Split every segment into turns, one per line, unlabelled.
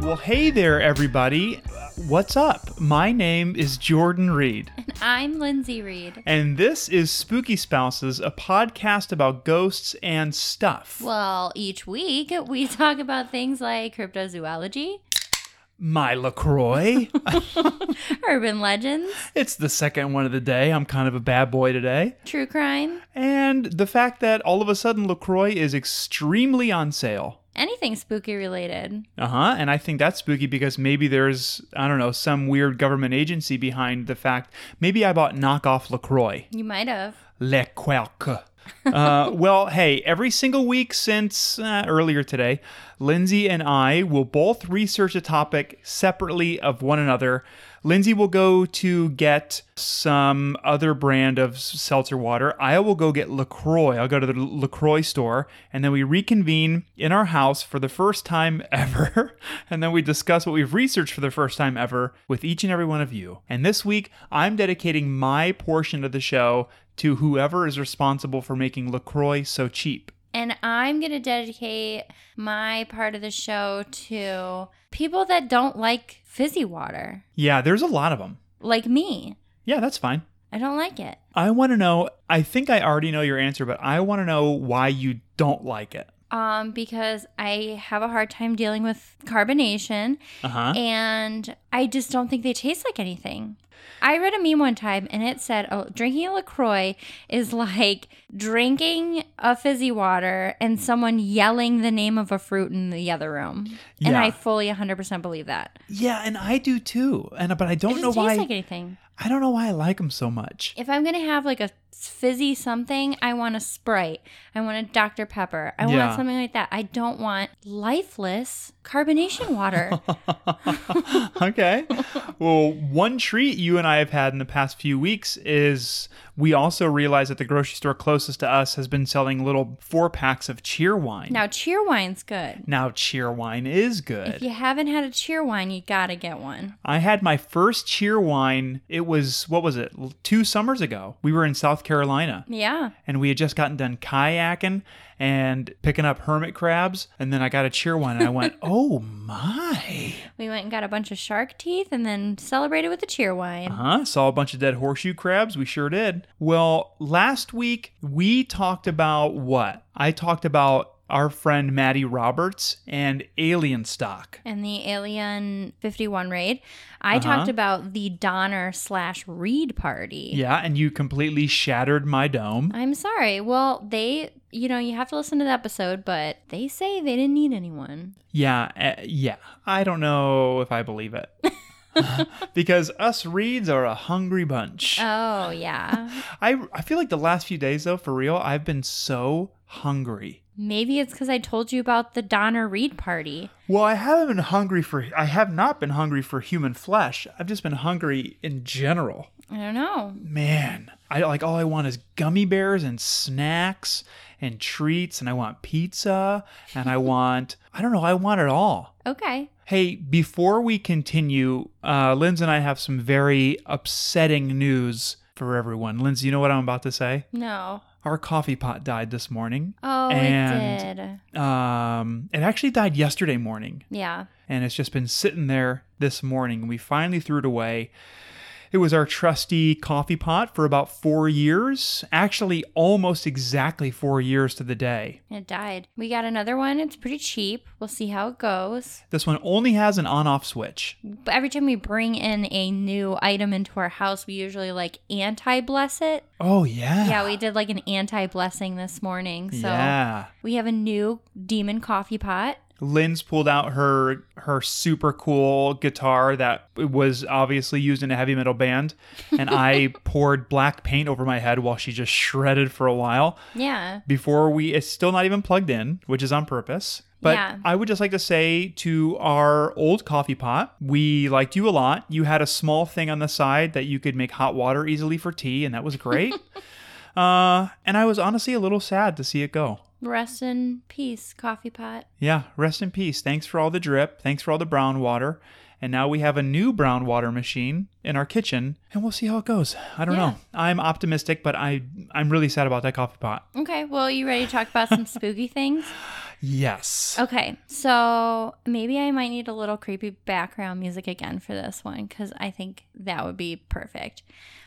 Well, hey there, everybody. What's up? My name is Jordan Reed,
I'm Lindsay Reed.
and this is Spooky Spouses, a podcast about ghosts and stuff.
Well, each week we talk about things like cryptozoology,
My LaCroix.
urban legends,
it's the second one of the day. I'm kind of a bad boy today.
true crime,
And the fact that all of a sudden LaCroix is extremely on sale.
anything spooky related.
Uh huh. And I think that's spooky because maybe there's, I don't know, some weird government agency behind the fact maybe I bought knockoff LaCroix.
You might have.
Le Quelque. uh, well, hey, every single week since uh, earlier today, Lindsay and I will both research a topic separately of one another. Lindsay will go to get some other brand of s- seltzer water. I will go get LaCroix. I'll go to the L- LaCroix store, and then we reconvene in our house for the first time ever. and then we discuss what we've researched for the first time ever with each and every one of you. And this week, I'm dedicating my portion of the show to whoever is responsible for making LaCroix so cheap.
And I'm going to dedicate my part of the show to people that don't like fizzy water,
Yeah, there's a lot of them.
like me.
Yeah, that's fine.
I don't like it.
I want to know, I think I already know your answer, but I want to know why you don't like it.
Um, because I have a hard time dealing with carbonation
Uh huh.
Uh-huh. and I just don't think they taste like anything. I read a meme one time and it said oh, drinking a LaCroix is like drinking a fizzy water and someone yelling the name of a fruit in the other room. And
Yeah.
I fully 100% believe that.
Yeah, and I do too. And but I
It
don't
doesn't
know
taste
why
like anything.
I don't know why I like them so much.
If I'm going to have like a fizzy something, I want a Sprite. I want a Dr. Pepper. I
Yeah.
want something like that. I don't want lifeless carbonation water.
okay. Well, one treat you and I have had in the past few weeks is we also realized that the grocery store closest to us has been selling little four packs of cheer wine.
now, cheer wine's good.
now cheer wine is good.
If you haven't had a cheer wine, you got to get one.
I had my first cheer wine. It was, what was it, L- two summers ago. We were in South Carolina
Yeah.
and we had just gotten done kayaking and picking up hermit crabs. And then I got a cheer wine and I went, oh my.
We went and got a bunch of shark teeth and then celebrated with a cheer wine.
Huh? Uh-huh. Saw a bunch of dead horseshoe crabs. We sure did. Well, last week we talked about what? I talked about our friend Maddie Roberts and alien stock.
And the Alien 51 raid. I
Uh-huh.
talked about the Donner slash Reed party.
Yeah, and you completely shattered my dome.
I'm sorry. Well, they, you know, you have to listen to the episode, but they say they didn't need anyone.
Yeah, uh, yeah. I don't know if I believe it. because us reeds are a hungry bunch.
Oh, yeah.
I I feel like the last few days though, for real, I've been so hungry.
Maybe it's because I told you about the Donner Reed party.
Well, I haven't been hungry for I have not been hungry for human flesh. I've just been hungry in general.
I don't know.
Man, I like all I want is gummy bears and snacks and treats and I want pizza and I want I don't know, I want it all.
Okay.
Hey, before we continue, uh, Linz and I have some very upsetting news for everyone. Linz, you know what I'm about to say?
No.
Our coffee pot died this morning.
Oh,
And-
it did.
Um, it actually died yesterday morning,
Yeah.
and it's just been sitting there this morning. We finally threw it away. It was our trusty coffee pot for about four years, actually, almost exactly four years to the day.
It died. We got another one. It's pretty cheap. We'll see how it goes.
This one only has an on off switch.
But every time we bring in a new item into our house, we usually like anti bless it.
Oh, yeah.
Yeah, we did like an anti blessing this morning. So
Yeah.
we have a new demon coffee pot.
Lynn's pulled out her her super cool guitar that was obviously used in a heavy metal band, and I poured black paint over my head while she just shredded for a while
Yeah.
before we. It's still not even plugged in, which is on purpose. But
Yeah.
I would just like to say to our old coffee pot, we liked you a lot. You had a small thing on the side that you could make hot water easily for tea, and that was great. uh, and I was honestly a little sad to see it go.
Rest in peace, coffee pot.
Yeah, rest in peace. Thanks for all the drip. Thanks for all the brown water. And now we have a new brown water machine in our kitchen, and we'll see how it goes. I don't
Yeah.
know. I'm optimistic, but I I'm really sad about that coffee pot.
Okay, well, you ready to talk about some spooky things?
Yes.
Okay, so maybe I might need a little creepy background music again for this one because I think that would be perfect.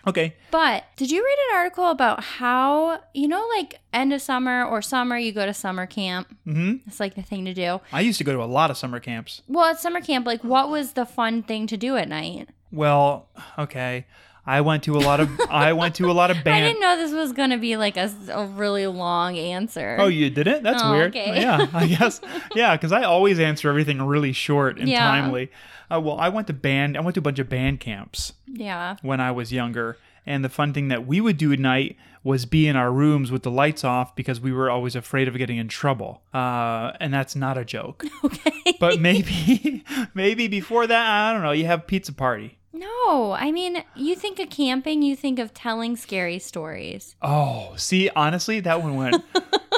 Okay.
But did you read an article about how, you know, like end of summer or summer, you go to summer camp?
hmm
It's like the thing to do.
I used to go to a lot of summer camps.
Well, at summer camp, like what was the fun thing to do at night?
Well, okay. I went to a lot of I went to a lot of
I
band.
didn't know this was going to be like a, a really long answer.
Oh, you didn't? That's
Oh,
weird.
okay.
Yeah, I guess. Yeah, because I always answer everything really short and
Yeah.
timely. Uh, well, I went to band. I went to a bunch of band camps
yeah.
when I was younger, and the fun thing that we would do at night was be in our rooms with the lights off because we were always afraid of getting in trouble. Uh, and that's not a joke.
Okay.
But maybe, maybe before that, I don't know. You have pizza party.
No, I mean, you think of camping, you think of telling scary stories.
Oh, see, honestly, that one went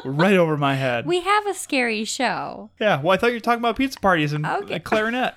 right over my head.
We have a scary show.
yeah. Well, I thought you were talking about pizza parties and
Okay.
a clarinet.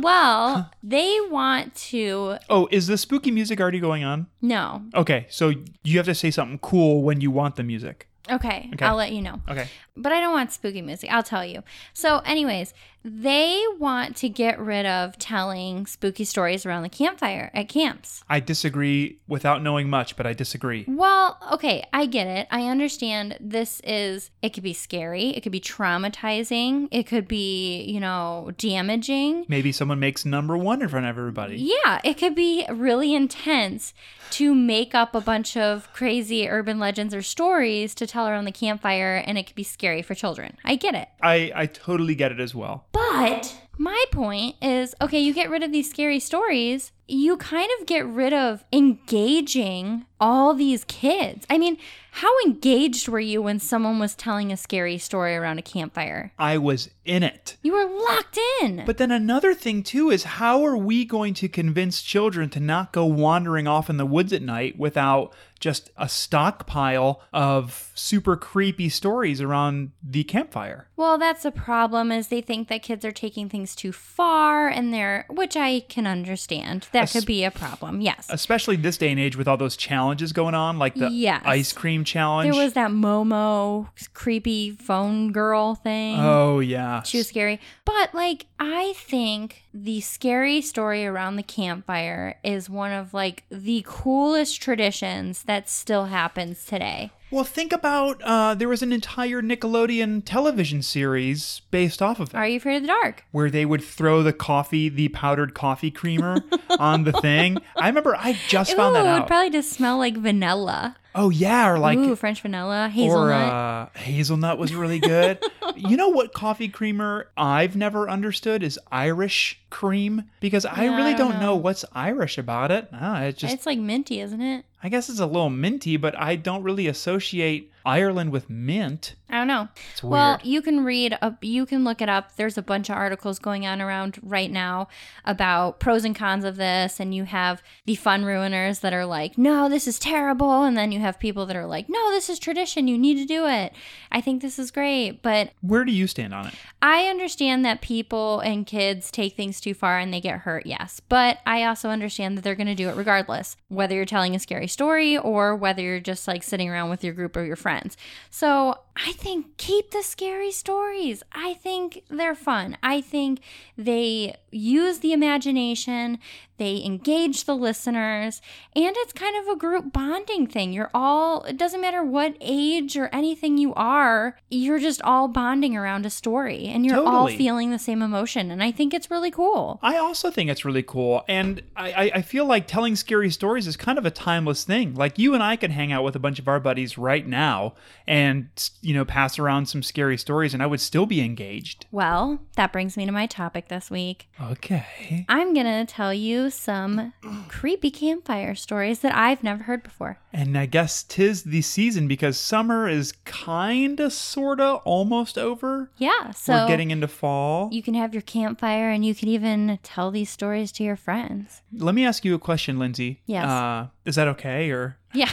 Well, they want to.
Oh, is the spooky music already going on?
No.
Okay, so you have to say something cool when you want the music.
Okay,
Okay.
I'll let you know.
Okay.
But I don't want spooky music. I'll tell you. So, anyways, they want to get rid of telling spooky stories around the campfire at camps.
I disagree without knowing much, but I disagree.
Well, okay, I get it. I understand this is, it could be scary, it could be traumatizing, it could be, you know, damaging.
Maybe someone makes number one in front of everybody.
Yeah, it could be really intense to make up a bunch of crazy urban legends or stories to tell around the campfire, and it could be scary for children. I get it.
I, I totally get it as well.
But my point is okay, you get rid of these scary stories, you kind of get rid of engaging all these kids. I mean, how engaged were you when someone was telling a scary story around a campfire?
I was in it.
You were locked in.
But then another thing, too, is how are we going to convince children to not go wandering off in the woods at night without just a stockpile of super creepy stories around the campfire?
Well, that's the problem is they think that kids are taking things too far and they're which I can understand. That could be a problem. Yes.
Especially this day and age with all those challenges going on, like the
Yes.
ice cream challenge.
there was that Momo creepy phone girl thing.
Oh yeah.
She was scary. But like I think the scary story around the campfire is one of like the coolest traditions that still happens today.
well, think about uh, there was an entire Nickelodeon television series based off of it,
Are you afraid of the dark?
where they would throw the coffee, the powdered coffee creamer, on the thing. I remember I just found
Ooh,
that
it would
out.
probably just smell like vanilla.
oh yeah, or like.
Ooh, French vanilla, hazelnut.
Or uh, hazelnut was really good. you know what coffee creamer I've never understood is Irish cream because I
Yeah, I
really
don't
don't know. what's Irish about it. Ah, it just
it's like minty, isn't it?
I guess it's a little minty, but I don't really associate Ireland with mint.
I don't know.
It's
Well,
weird.
you can read up, you can look it up. There's a bunch of articles going on around right now about pros and cons of this, and you have the fun ruiners that are like, "No, this is terrible," and then you have people that are like, "No, this is tradition. You need to do it. I think this is great." But
Where do you stand on it?
I understand that people and kids take things too far and they get hurt, yes. But I also understand that they're going to do it regardless, whether you're telling a scary story or whether you're just like sitting around with your group or your friends. So I think keep the scary stories. I think they're fun. I think they use the imagination, they engage the listeners, and it's kind of a group bonding thing. You're all, it doesn't matter what age or anything you are, you're just all bonding around a story and you're all
Totally.
feeling the same emotion. And I think it's really cool.
I also think it's really cool, and I, I, I feel like telling scary stories is kind of a timeless thing. Like you and I could hang out with a bunch of our buddies right now, and you know, pass around some scary stories, and I would still be engaged.
Well, that brings me to my topic this week.
Okay.
I'm going to tell you some creepy campfire stories that I've never heard before.
And I guess tis the season because summer is kinda, sorta, almost over.
Yeah. So
We're getting into fall.
you can have your campfire and you can even tell these stories to your friends.
Let me ask you a question, Lindsay.
Yes.
Uh, is that okay, or
Yeah.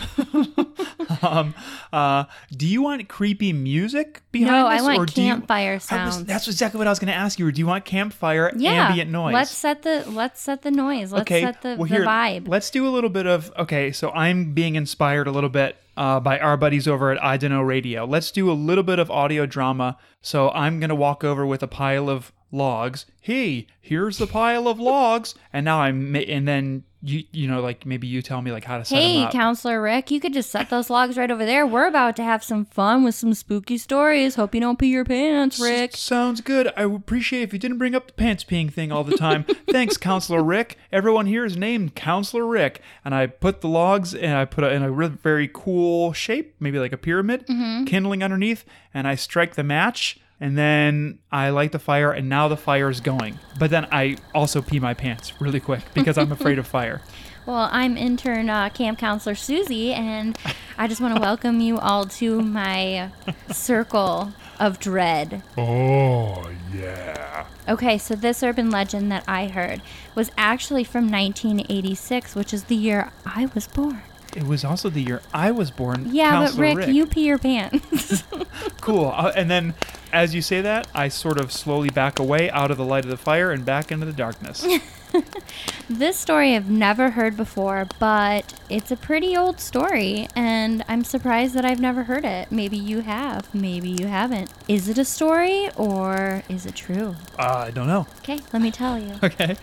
um, uh, do you want creepy music behind
No,
this?
I
or
want
do you-
campfire
I was-
sounds.
that's exactly what I was going to ask you. Do you want campfire
yeah.
ambient noise?
Let's set the let's set the noise. Let's
okay.
set the,
well,
the
here,
vibe.
Let's do a little bit of okay. So I'm being inspired a little bit uh, by our buddies over at I Dunno Radio. Let's do a little bit of audio drama. So I'm gonna walk over with a pile of logs. Hey, here's the pile of logs, and now I'm ma- and then you you know like maybe you tell me like how to set 'em
Hey,
up.
Counselor Rick, you could just set those logs right over there. We're about to have some fun with some spooky stories. Hope you don't pee your pants, Rick.
S- sounds good. I would appreciate if you didn't bring up the pants peeing thing all the time. Thanks, Counselor Rick. Everyone here is named Counselor Rick, and I put the logs and I put it in a really very cool shape, maybe like a pyramid,
Mm-hmm.
kindling underneath, and I strike the match. And then I light the fire, and now the fire is going. But then I also pee my pants really quick because I'm afraid of fire.
Well, I'm intern uh, camp counselor Susie, and I just want to welcome you all to my circle of dread.
Oh, yeah.
Okay, so this urban legend that I heard was actually from 1986, which is the year I was born.
It was also the year I was born.
Yeah,
Counselor
but Rick, you pee your pants.
Cool. Uh, and then as you say that, I sort of slowly back away out of the light of the fire and back into the darkness.
This story I've never heard before, but it's a pretty old story, and I'm surprised that I've never heard it. Maybe you have, maybe you haven't. Is it a story or is it true?
Uh, I don't know.
Okay, let me tell you.
Okay.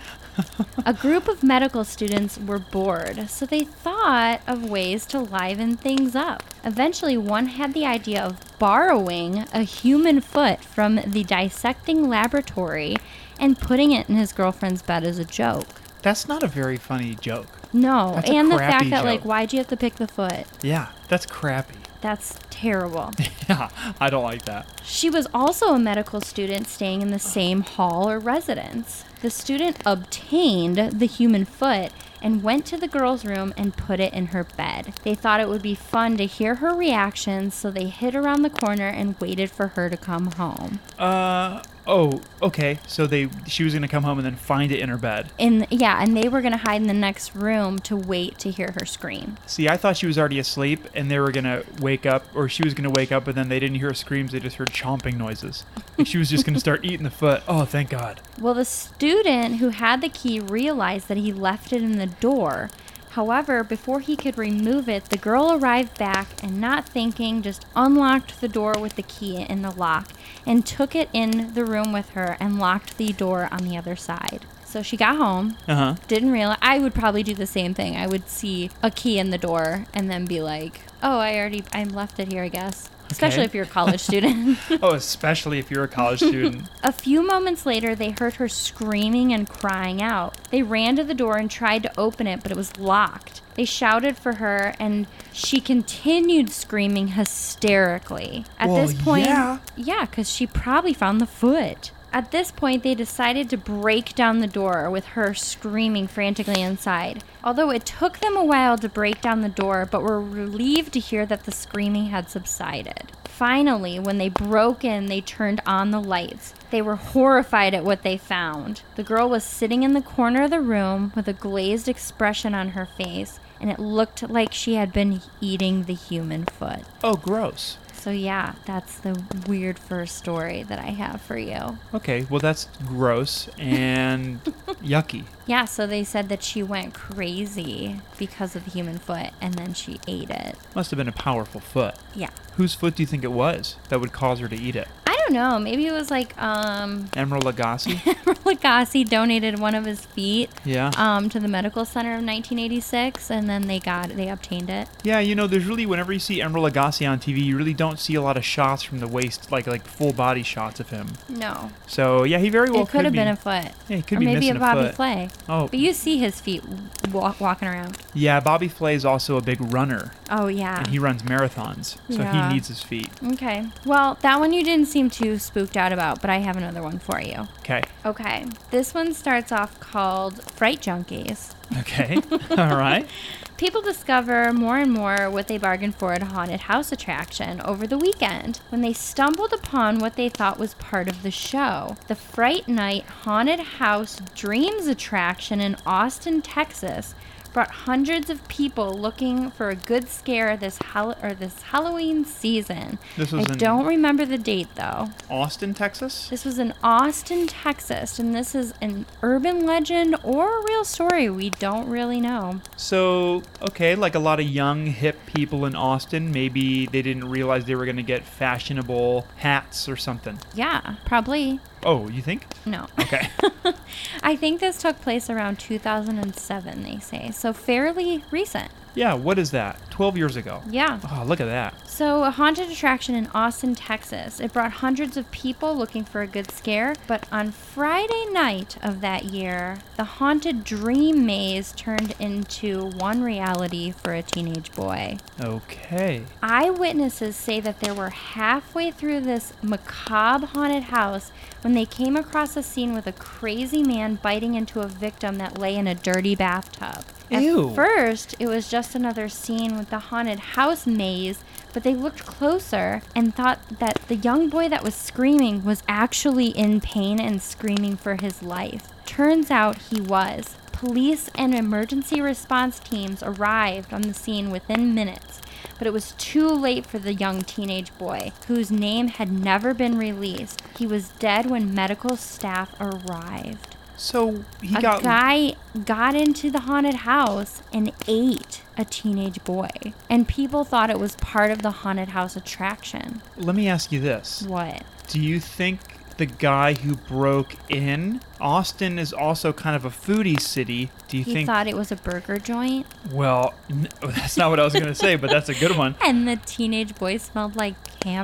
A group of medical students were bored, so they thought of ways to liven things up. Eventually, one had the idea of borrowing a human foot from the dissecting laboratory and putting it in his girlfriend's bed as a joke.
That's not a very funny joke.
No,
That's a
and the
crappy
fact that
joke.
like why'd you have to pick the foot?
Yeah, that's crappy.
That's terrible.
Yeah, I don't like that.
she was also a medical student staying in the same hall or residence. The student obtained the human foot and went to the girl's room and put it in her bed. They thought it would be fun to hear her reaction, so they hid around the corner and waited for her to come home.
Uh, oh, okay. So they, she was gonna come home and then find it in her bed.
And yeah, and they were going to hide in the next room to wait to hear her scream.
See, I thought she was already asleep and they were gonna wake up, or she was gonna wake up, and then they didn't hear screams. They just heard chomping noises. Like she was just gonna start eating the foot. Oh, thank God.
Well, the student who had the key realized that he left it in the door. However, before he could remove it, the girl arrived back and, not thinking, just unlocked the door with the key in the lock and took it in the room with her and locked the door on the other side. So she got home,
Uh huh.
didn't realize. I would probably do the same thing. I would see a key in the door and then be like, oh, I already, I left it here, I guess. Especially
Okay.
if you're a college student.
Oh, especially if you're a college student.
A few moments later, they heard her screaming and crying out. They ran to the door and tried to open it, but it was locked. They shouted for her, and she continued screaming hysterically. At
Well,
this point,
yeah.
yeah, because she probably found the foot. At this point, they decided to break down the door with her screaming frantically inside. Although it took them a while to break down the door, but were relieved to hear that the screaming had subsided. Finally, when they broke in, they turned on the lights. They were horrified at what they found. The girl was sitting in the corner of the room with a glazed expression on her face, and it looked like she had been eating the human foot.
Oh, gross.
So yeah, that's the weird first story that I have for you.
Okay, well that's gross and yucky.
Yeah, so they said that she went crazy because of the human foot and then she ate it.
Must have been a powerful foot.
Yeah.
Whose foot do you think it was that would cause her to eat it?
I don't know, maybe it was like um
Emerald Lagasse?
Lagasse donated one of his feet
Yeah.
um to the medical center of 1986 and then they got they obtained it.
Yeah, you know, there's really whenever you see Emerald Lagasse on TV, you really don't see a lot of shots from the waist, like like full body shots of him.
No.
So yeah, he very well
it could have
be-
been a foot.
Yeah, he could
or
be
maybe a
missing a
Bobby
foot.
Flay.
Oh.
But you see his feet wa- walking around.
yeah, Bobby Flay is also a big runner,
Oh yeah.
and he runs marathons, so
Yeah.
he needs his feet.
Okay. Well, that one you didn't seem too spooked out about, but I have another one for you.
Okay.
Okay. This one starts off called Fright Junkies.
Okay. All right.
People discover more and more what they bargained for at a haunted house attraction over the weekend when they stumbled upon what they thought was part of the show the Fright Night Haunted House Dreams attraction in Austin, Texas. brought hundreds of people looking for a good scare this hol- or this Halloween season.
This was
I
in-
don't remember the date though.
Austin, Texas.
This was in Austin, Texas, and this is an urban legend or a real story. We don't really know.
So, okay, like a lot of young, hip people in Austin, maybe they didn't realize they were going to get fashionable hats or something.
Yeah, probably
Oh, you think?
no.
Okay.
I think this took place around 2007, they say. So fairly recent.
yeah, what is that? 12 years ago.
Yeah.
Oh, look at that.
So, a haunted attraction in Austin, Texas. It brought hundreds of people looking for a good scare, but on Friday night of that year, the haunted dream maze turned into one reality for a teenage boy.
Okay.
Eyewitnesses say that they were halfway through this macabre haunted house when they came across a scene with a crazy man biting into a victim that lay in a dirty bathtub.
Ew.
At first, it was just another scene with the haunted house maze, but they looked closer and thought that the young boy that was screaming was actually in pain and screaming for his life. Turns out he was. Police and emergency response teams arrived on the scene within minutes but it was too late for the young teenage boy, whose name had never been released. He was dead when medical staff arrived.
So he
a
got.
guy got into the haunted house and ate a teenage boy, and people thought it was part of the haunted house attraction.
Let me ask you this
What?
Do you think the guy who broke in? Austin is also kind of a foodie city. Do you
He
think.
thought it was a burger joint,
well, n- that's not what I was going to say, but that's a good one.
and the teenage boy smelled like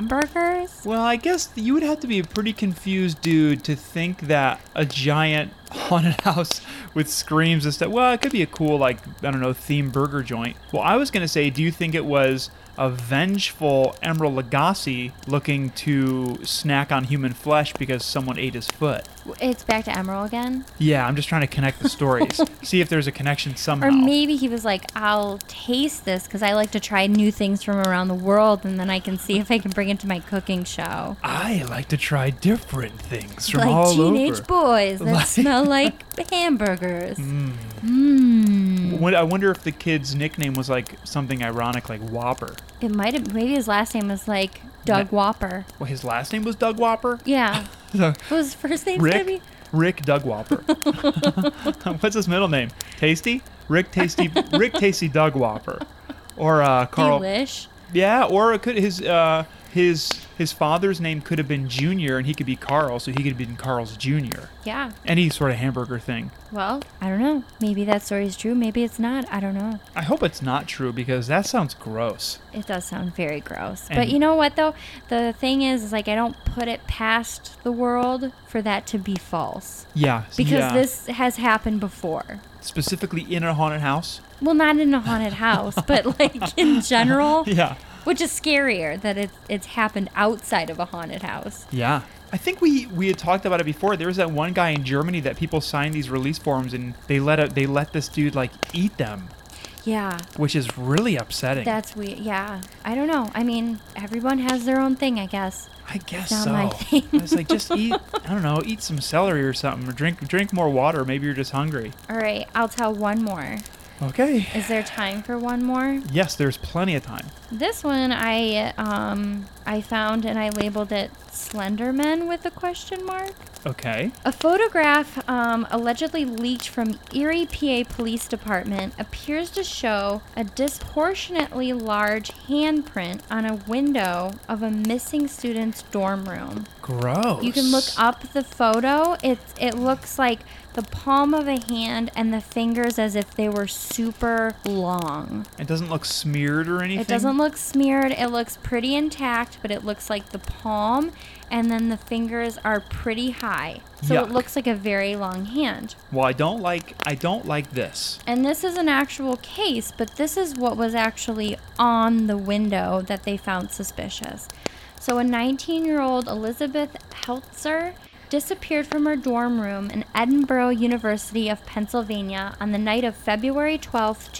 hamburgers.
Well, I guess you would have to be a pretty confused dude to think that a giant haunted house with screams and stuff. Well, it could be a cool, like, I don't know, theme burger joint. Well, I was going to say, do you think it was a vengeful Emerald Lagasse looking to snack on human flesh because someone ate his foot?
It's back to Emerald again.
Yeah, I'm just trying to connect the stories, see if there's a connection somehow.
Or maybe he was like, I'll taste this because I like to try new things from around the world and then I can see if I can bring it to my cooking show.
I like to try different things from
like
all
teenage
over.
boys
Like- Hmm.
that smell like hamburgers. Hmm. Mmm.
Wonder- I wonder if the kid's nickname was like something ironic, like Whopper.
It might have, maybe his last name was like Doug
Ma-
Whopper.
Well, his last name was Doug Whopper.
Yeah.
So,
What was his first name?
Rick, Rick Doug Whopper. What's his middle name? Tasty, Rick Tasty, Rick Tasty Doug Whopper, or uh, Carl.
Delish.
Yeah, or it could his uh, his his father's name could have been Junior, and he could be Carl, so he could have been Carl's Junior.
Yeah.
Any sort of hamburger thing.
Well, I don't know. Maybe that story is true. Maybe it's not. I don't know.
I hope it's not true because that sounds gross.
It does sound very gross.
And-
but you know what though? The thing is, is like I don't put it past the world for that to be false.
Yeah,
Because
yeah.
this has happened before.
specifically in a haunted house.
Well, not in a haunted house, but like in general,
Yeah.
which is scarier that it, it's happened outside of a haunted house.
Yeah. I think we, we had talked about it before. There was that one guy in Germany that people signed these release forms and they let a, they let this dude like eat them,
Yeah,
which is really upsetting.
that's weird. Yeah, I don't know. I mean, everyone has their own thing, I guess.
I guess
not
so.
my
I
thing.
was like, just eat. I don't know, eat some celery or something, or drink drink more water. Maybe you're just hungry.
All right, I'll tell one more.
Okay.
Is there time for one more?
Yes, there's plenty of time.
This one I um I found and I labeled it Slenderman with a question mark.
Okay.
A photograph um, allegedly leaked from Erie, PA Police Department appears to show a disproportionately large handprint on a window of a missing student's dorm room.
Gross.
You can look up the photo. It it looks like the palm of a hand and the fingers as if they were super long.
It doesn't look smeared or anything.
It doesn't look smeared. It looks pretty intact, but it looks like the palm and then the fingers are pretty high. So
Yuck.
it looks like a very long hand.
Well, I don't like I don't like this.
And this is an actual case, but this is what was actually on the window that they found suspicious. So a 19 year old Elizabeth Heltzer disappeared from her dorm room in Edinburgh University of Pennsylvania on the night of February 12,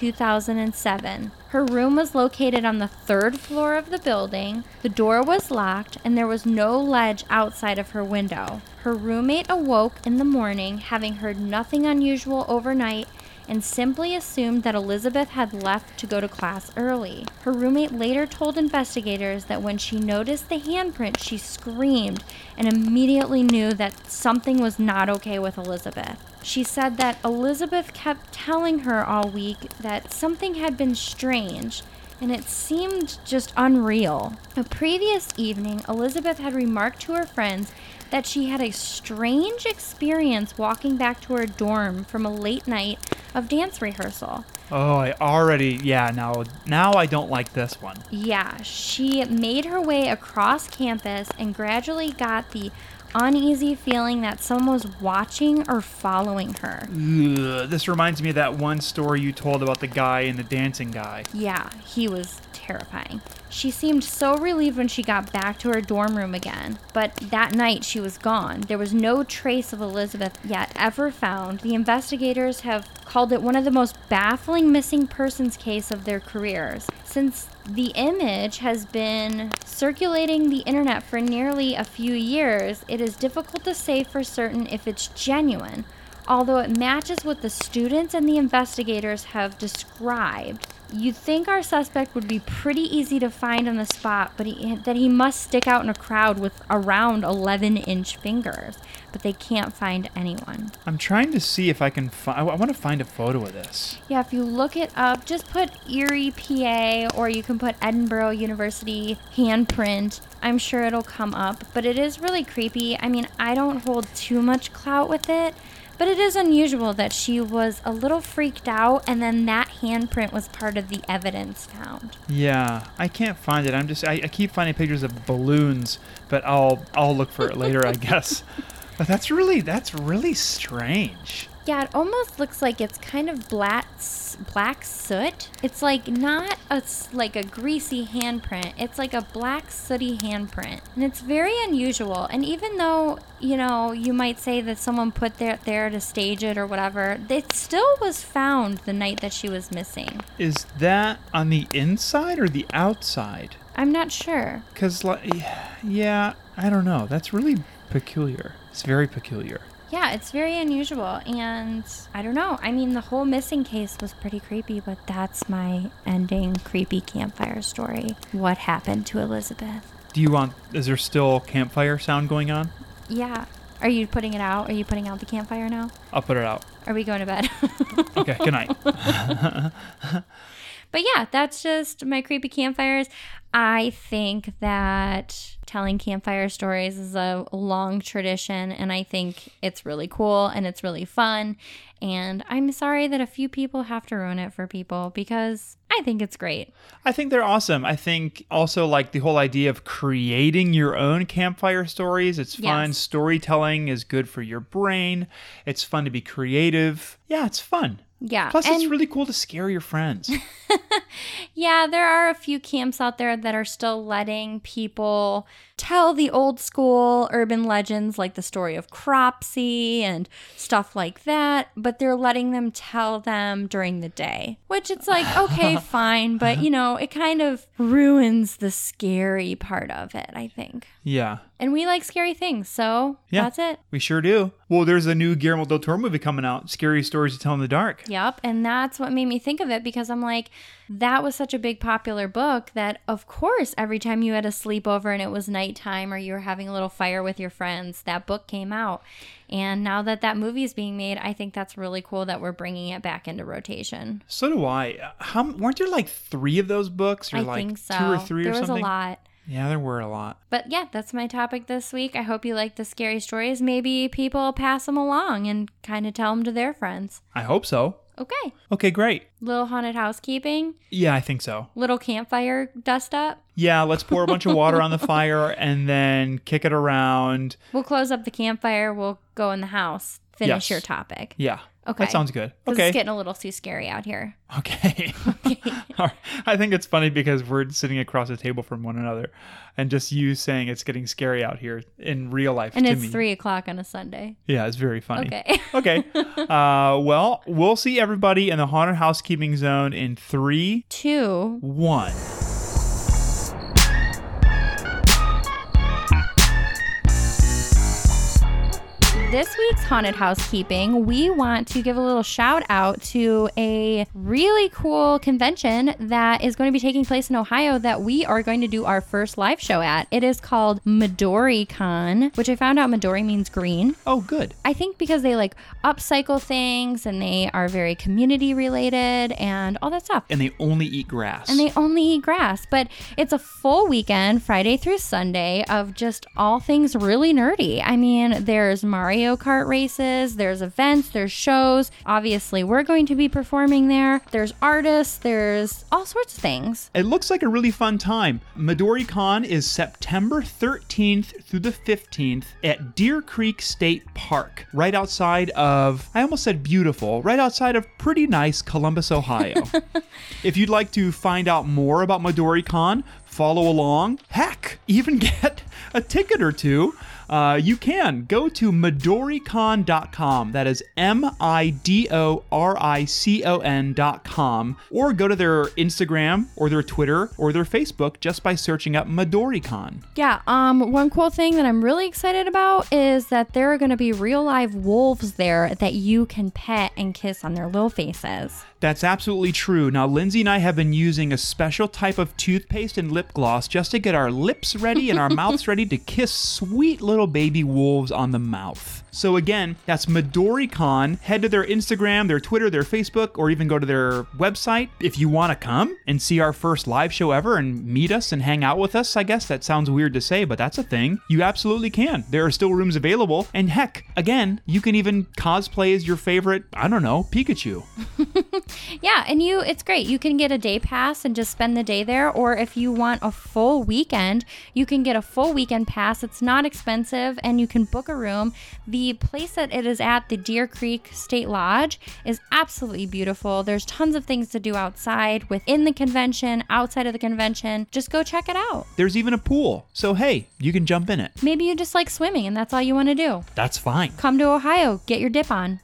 2007. Her room was located on the third floor of the building. The door was locked, and there was no ledge outside of her window. Her roommate awoke in the morning, having heard nothing unusual overnight and simply assumed that Elizabeth had left to go to class early. Her roommate later told investigators that when she noticed the handprint, she screamed and immediately knew that something was not okay with Elizabeth. She said that Elizabeth kept telling her all week that something had been strange and it seemed just unreal. The previous evening, Elizabeth had remarked to her friends that she had a strange experience walking back to her dorm from a late night of dance rehearsal.
Oh, I already yeah, now now I don't like this one.
Yeah, she made her way across campus and gradually got the uneasy feeling that someone was watching or following her.
Ugh, this reminds me of that one story you told about the guy and the dancing guy.
Yeah, he was terrifying. She seemed so relieved when she got back to her dorm room again, but that night she was gone. There was no trace of Elizabeth yet ever found. The investigators have called it one of the most baffling missing persons case of their careers. Since the image has been circulating the internet for nearly a few years, it is difficult to say for certain if it's genuine, although it matches what the students and the investigators have described. You'd think our suspect would be pretty easy to find on the spot, but he, that he must stick out in a crowd with around 11 inch fingers, but they can't find anyone.
I'm trying to see if I can find I want to find a photo of this.
Yeah, if you look it up, just put Erie, PA, or you can put Edinburgh University handprint. I'm sure it'll come up, but it is really creepy. I mean, I don't hold too much clout with it, but it is unusual that she was a little freaked out and then that handprint was part of the evidence found.
Yeah, I can't find it. I'm just I, I keep finding pictures of balloons, but I'll I'll look for it later, I guess. But that's really that's really strange.
Yeah, it almost looks like it's kind of black s- black soot. It's like not a s- like a greasy handprint. It's like a black sooty handprint, and it's very unusual. And even though you know you might say that someone put that there to stage it or whatever, it still was found the night that she was missing.
Is that on the inside or the outside?
I'm not sure.
Cuz like yeah, I don't know. That's really peculiar. It's very peculiar.
Yeah, it's very unusual, and I don't know. I mean, the whole missing case was pretty creepy, but that's my ending creepy campfire story. What happened to Elizabeth?
Do you want is there still campfire sound going on?
Yeah. Are you putting it out? Are you putting out the campfire now?
I'll put it out.
Are we going to bed?
Okay, good night.
But yeah, that's just my creepy campfires. I think that telling campfire stories is a long tradition, and I think it's really cool and it's really fun. And I'm sorry that a few people have to ruin it for people because I think it's great.
I think they're awesome. I think also like the whole idea of creating your own campfire stories. It's fun.
Yes.
Storytelling is good for your brain. It's fun to be creative. Yeah, it's fun.
Yeah.
Plus,
and
it's really cool to scare your friends.
yeah, there are a few camps out there that are still letting people tell the old school urban legends like the story of Cropsey and stuff like that, but they're letting them tell them during the day, which it's like, okay, fine, but you know, it kind of ruins the scary part of it, I think.
yeah,
And we like scary things, so
Yeah.
that's it.
we sure do. Well, there's a new Guillermo del Toro movie coming out, Scary Stories to Tell in the Dark.
Yep. And that's what made me think of it because I'm like, that was such a big popular book that, of course, every time you had a sleepover and it was nighttime or you were having a little fire with your friends, that book came out. And now that that movie is being made, I think that's really cool that we're bringing it back into rotation.
So do I. How weren't there like three of those books, or
I
like
think so.
two or three
there
or
was
something?
a lot.
Yeah, there were a lot.
But yeah, that's my topic this week. I hope you like the scary stories. Maybe people pass them along and kind of tell them to their friends.
I hope so.
Okay.
Okay, great.
Little haunted housekeeping,
Yeah, I think so.
little campfire dust up.
Yeah, let's pour a bunch of water on the fire and then kick it around.
We'll close up the campfire. We'll go in the house. Finish
Yes.
your topic.
Yeah.
Okay.
That sounds good.
'Cause
Okay.
It's getting a little too scary out here.
Okay. All right. I think it's funny because we're sitting across the table from one another and just you saying it's getting scary out here in real life
And
to
it's
me.
three o'clock on a Sunday.
Yeah, it's very funny.
Okay.
Okay. Uh, well, we'll see everybody in the haunted housekeeping zone in three,
Two.
one.
Thank you.
this week's Haunted Housekeeping, we want to give a little shout out to a really cool convention that is going to be taking place in Ohio that we are going to do our first live show at. It is called Midori Con, which I found out Midori means green.
Oh, good.
I think because they like upcycle things and they are very community related and all that stuff.
And they only eat grass.
And they only eat grass, but it's a full weekend, Friday through Sunday, of just all things really nerdy. I mean, there's Mario Kart races, there's events, there's shows. Obviously, we're going to be performing there. There's artists, there's all sorts of things.
It looks like a really fun time. Midori Con is September 13th through the 15th at Deer Creek State Park, right outside of, I almost said beautiful, right outside of pretty nice Columbus, Ohio. if you'd like to find out more about Midori Con, follow along, heck, even get a ticket or two, uh, you can go to midoricon.com. That is M I D O R I C O N.com. Or go to their Instagram or their Twitter or their Facebook just by searching up MidoriCon.
Yeah, um, one cool thing that I'm really excited about is that there are going to be real live wolves there that you can pet and kiss on their little faces.
That's absolutely true. Now, Lindsay and I have been using a special type of toothpaste and lip gloss just to get our lips ready and our mouths ready to kiss sweet little baby wolves on the mouth. So, again, that's MidoriCon. Head to their Instagram, their Twitter, their Facebook, or even go to their website if you want to come and see our first live show ever and meet us and hang out with us. I guess that sounds weird to say, but that's a thing. You absolutely can. There are still rooms available. And heck, again, you can even cosplay as your favorite, I don't know, Pikachu.
Yeah, and you it's great. You can get a day pass and just spend the day there or if you want a full weekend, you can get a full weekend pass. It's not expensive and you can book a room. The place that it is at, the Deer Creek State Lodge, is absolutely beautiful. There's tons of things to do outside within the convention, outside of the convention. Just go check it out.
There's even a pool. So, hey, you can jump in it.
Maybe you just like swimming and that's all you want to do.
That's fine.
Come to Ohio, get your dip on.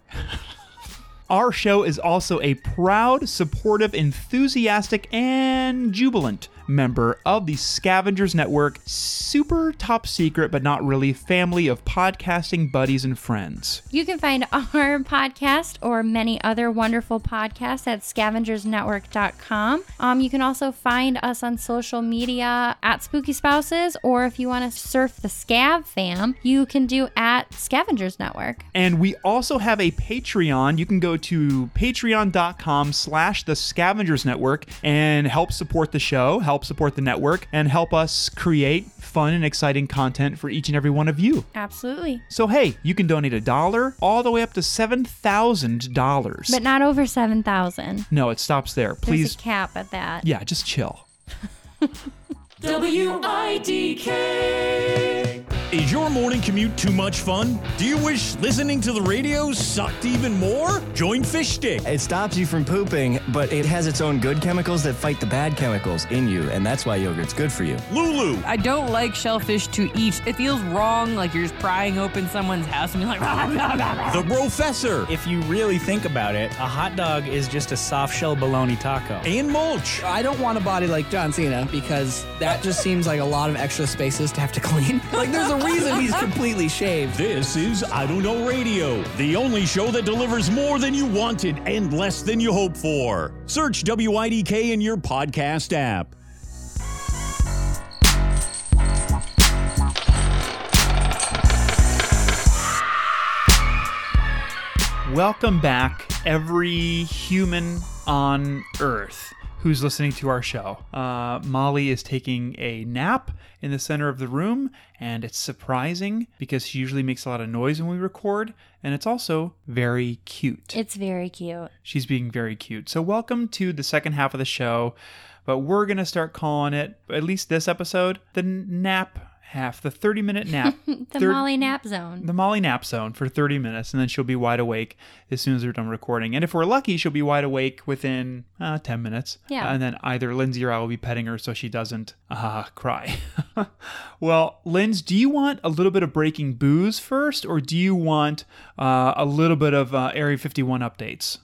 Our show is also a proud, supportive, enthusiastic, and jubilant member of the Scavengers Network, super top secret but not really family of podcasting buddies and friends.
You can find our podcast or many other wonderful podcasts at scavengersnetwork.com. Um, you can also find us on social media at Spooky Spouses, or if you want to surf the Scav fam, you can do at Scavengers Network.
And we also have a Patreon. You can go to patreon.com slash the Scavengers Network and help support the show, help support the network, and help us create fun and exciting content for each and every one of you.
Absolutely.
So hey, you can donate a dollar all the way up to seven thousand dollars.
But not over 7,000.
No, it stops there.
There's
Please
a cap at that.
Yeah, just chill.
WIDK.
Is your morning commute too much fun? Do you wish listening to the radio sucked even more? Join Fish Stick.
It stops you from pooping, but it has its own good chemicals that fight the bad chemicals in you, and that's why yogurt's good for you.
Lulu,
I don't like shellfish to eat. It feels wrong, like you're just prying open someone's house and being like, "Rah, rah, rah, rah."
the Professor,
If you really think about it, a hot dog is just a soft shell bologna taco.
and Mulch.
I don't want a body like John Cena because that just seems like a lot of extra spaces to have to clean. like, there's a reason he's completely shaved.
This is I Don't Know Radio, the only show that delivers more than you wanted and less than you hoped for. Search WIDK in your podcast app.
Welcome back, every human on Earth who's listening to our show. Uh, Molly is taking a nap in the center of the room, and it's surprising because she usually makes a lot of noise when we record, and it's also very cute.
It's very cute.
She's being very cute. So, welcome to the second half of the show, but we're going to start calling it, at least this episode, the nap half, the 30 minute nap.
The
Thir-
Molly Nap Zone.
the Molly nap zone for 30 minutes, and then she'll be wide awake as soon as we're done recording. And if we're lucky, she'll be wide awake within uh, 10 minutes.
Yeah.
And then either Lindsay or I will be petting her so she doesn't uh, cry. well, Linz, do you want a little bit of breaking booze first, or do you want uh, a little bit of uh, Area 51 updates?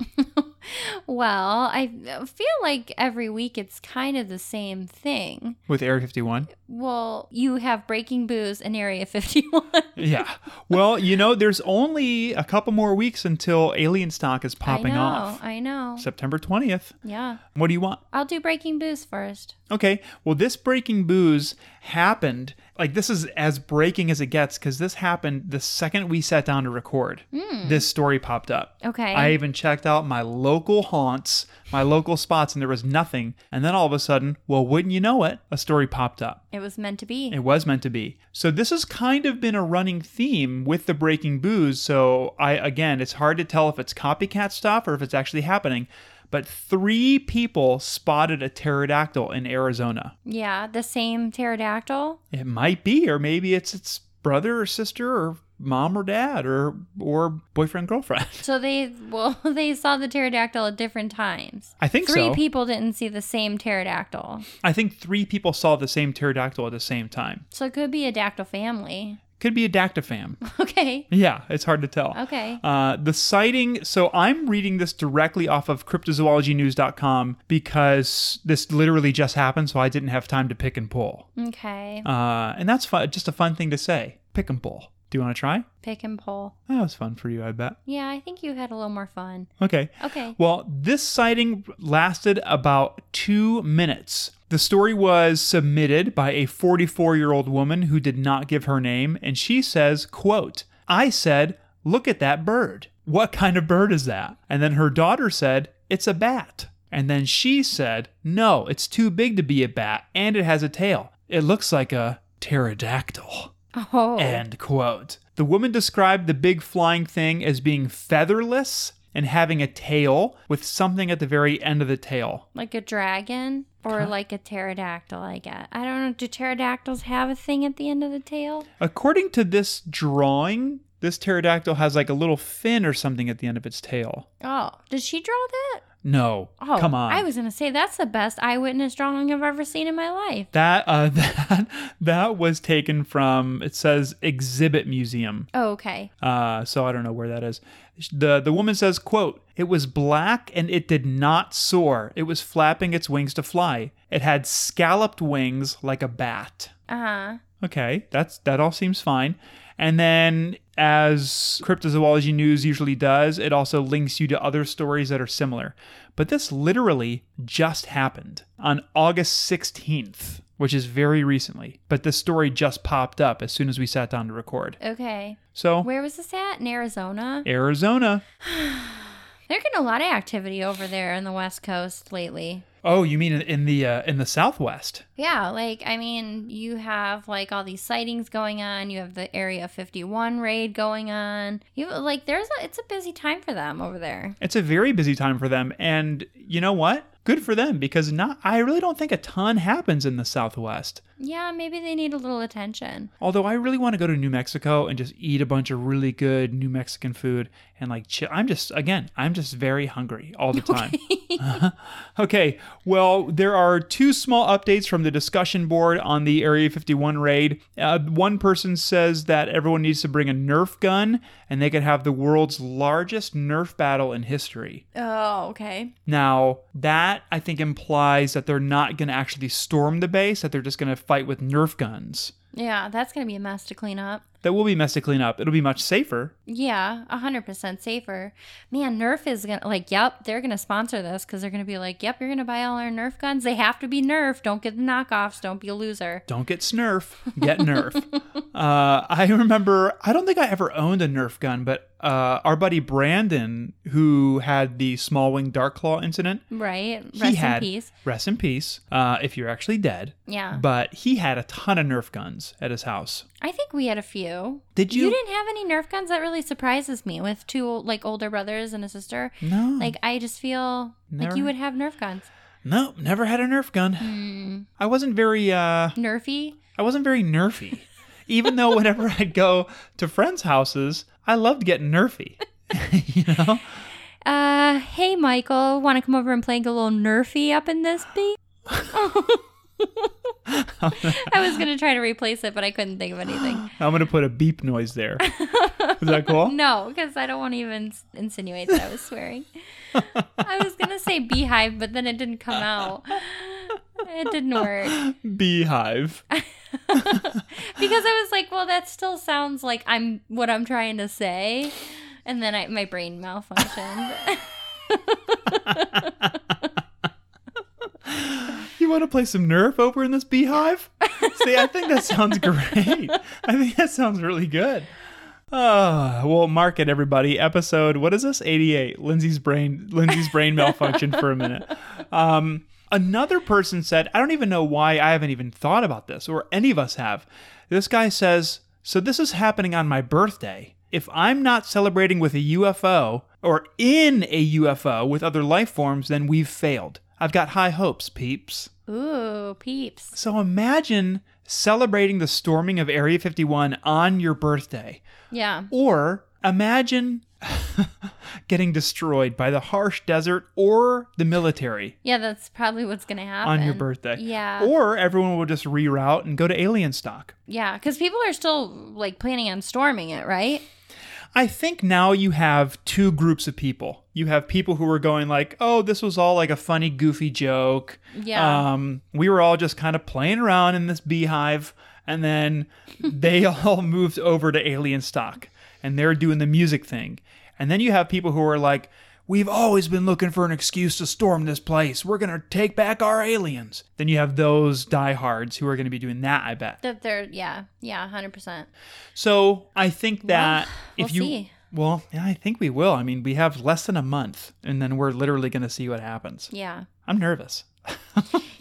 Well, I feel like every week it's kind of the same thing.
With Area 51?
Well, you have Breaking Booze in Area 51.
Yeah. Well, you know, there's only a couple more weeks until Alien Stock is popping
I know,
off.
I know.
September 20th.
yeah.
What do you want?
I'll do Breaking Booze first.
Okay. Well, this breaking booze happened. Like, this is as breaking as it gets because this happened the second we sat down to record. This story popped up.
Hmm. Okay.
I even checked out my local haunts, my local spots, and there was nothing. And then all of a sudden, well, wouldn't you know it, a story popped up.
It was meant to be.
It was meant to be. So this has kind of been a running theme with the breaking booze. So I again, it's hard to tell if it's copycat stuff or if it's actually happening. But three people spotted a pterodactyl in Arizona.
yeah, the same pterodactyl.
It might be, or maybe it's its brother or sister or mom or dad or or boyfriend girlfriend.
So they well they saw the pterodactyl at different times.
I think
Three
so.
people didn't see the same pterodactyl.
I think three people saw the same pterodactyl at the same time.
So it could be a dactyl family.
Could be a dactyfam.
Okay.
Yeah, it's hard to tell.
Okay.
Uh, the sighting, so I'm reading this directly off of cryptozoologynews.com because this literally just happened, so I didn't have time to pick and pull.
Okay.
Uh, and that's fun, just a fun thing to say. Pick and pull. Do you want to try?
Pick and pull.
That was fun for you, I bet.
Yeah, I think you had a little more fun.
Okay.
Okay.
Well, this sighting lasted about two minutes. The story was submitted by a 44 year old woman who did not give her name, and she says, quote, I said, look at that bird. What kind of bird is that? And then her daughter said, it's a bat. And then she said, no, it's too big to be a bat, and it has a tail. It looks like a pterodactyl.
Oh.
End quote. The woman described the big flying thing as being featherless and having a tail with something at the very end of the tail.
like a dragon or like a pterodactyl, I guess. I don't know. Do pterodactyls have a thing at the end of the tail?
According to this drawing, this pterodactyl has like a little fin or something at the end of its tail.
Oh, did she draw that?
No.
Oh,
come on.
I was gonna say that's the best eyewitness drawing I've ever seen in my life.
that uh that that was taken from it says exhibit museum.
Oh, okay.
Uh, so I don't know where that is. The the woman says, quote, it was black and it did not soar. It was flapping its wings to fly. It had scalloped wings like a bat.
Uh huh.
Okay, that's that all seems fine. And then as cryptozoology news usually does, it also links you to other stories that are similar. But this literally just happened on August 16th, which is very recently. But this story just popped up as soon as we sat down to record.
Okay.
So
Where was this at? In Arizona?
Arizona.
They're getting a lot of activity over there in the West Coast lately.
Oh, you mean in, in the uh, in the Southwest?
Yeah, like I mean, you have like all these sightings going on. You have the Area 51 raid going on. You have, like there's a it's a busy time for them over there.
It's a very busy time for them, and you know what? Good for them because not I really don't think a ton happens in the Southwest.
Yeah, maybe they need a little attention.
Although I really want to go to New Mexico and just eat a bunch of really good New Mexican food and like chill. I'm just again, I'm just very hungry all the time. Okay, well, there are two small updates from the discussion board on the Area 51 raid. Uh, one person says that everyone needs to bring a Nerf gun and they could have the world's largest Nerf battle in history.
Oh, okay.
Now, that I think implies that they're not going to actually storm the base, that they're just going to fight with Nerf guns.
Yeah, that's going to be a mess to clean up.
That will be a mess to clean up. It'll be much safer.
Yeah, 100% safer. Man, Nerf is going to like, yep, they're going to sponsor this cuz they're going to be like, yep, you're going to buy all our Nerf guns. They have to be Nerf. Don't get the knockoffs. Don't be a loser.
Don't get Snurf, get Nerf. uh, I remember, I don't think I ever owned a Nerf gun, but uh, our buddy Brandon, who had the small wing dark claw incident,
Right? Rest
he had
in peace.
rest in peace. Uh, if you're actually dead,
Yeah.
but he had a ton of Nerf guns at his house.
I think we had a few.
Did
You
you-
didn't have any Nerf guns. That really surprises me. With two like older brothers and a sister,
No,
like I just feel like
Never.
you would have Nerf guns.
nope, never had a Nerf gun.
Hmm.
I wasn't very, uh,
Nerfy.
I wasn't very nerfy. Even though whenever I'd go to friends' houses, I loved getting nerfy. you know.
Uh, hey Michael, want to come over and play a little Nerfy up in this beat? I was gonna try to replace it, but I couldn't think of anything.
I'm gonna put a beep noise there. Is that cool?
No, because I don't want to even s- insinuate that I was swearing. I was gonna say beehive, but then it didn't come out. It didn't work.
Beehive.
Because I was like, well, that still sounds like I'm what I'm trying to say. And then I, my brain malfunctioned.
You want to play some Nerf over in this beehive? See, I think that sounds great. I think that sounds really good. Uh, well, mark it, everybody. Episode, what is this? 88. Lindsay's brain, Lindsay's brain malfunctioned for a minute. Um, another person said, I don't even know why I haven't even thought about this, or any of us have. This guy says, So this is happening on my birthday. If I'm not celebrating with a UFO or in a UFO with other life forms, then we've failed. I've got high hopes, peeps.
Ooh, peeps.
So imagine celebrating the storming of Area 51 on your birthday.
Yeah.
Or imagine getting destroyed by the harsh desert or the military
Yeah, that's probably what's going to happen.
on your birthday.
Yeah.
Or everyone will just reroute and go to alien stock.
yeah, because people are still like planning on storming it, right?
I think now you have two groups of people. You have people who are going like, "Oh, this was all like a funny, goofy joke.
Yeah.
um, we were all just kind of playing around in this beehive." And then they all moved over to Alien Stock, and they're doing the music thing. And then you have people who are like, "We've always been looking for an excuse to storm this place. We're gonna take back our aliens." Then you have those diehards who are gonna be doing that. I bet.
That they're, yeah, yeah, 100%.
So I think that if
we'll
you
see.
well, yeah, I think we will. I mean, we have less than a month, and then we're literally going to see what happens.
Yeah.
I'm nervous.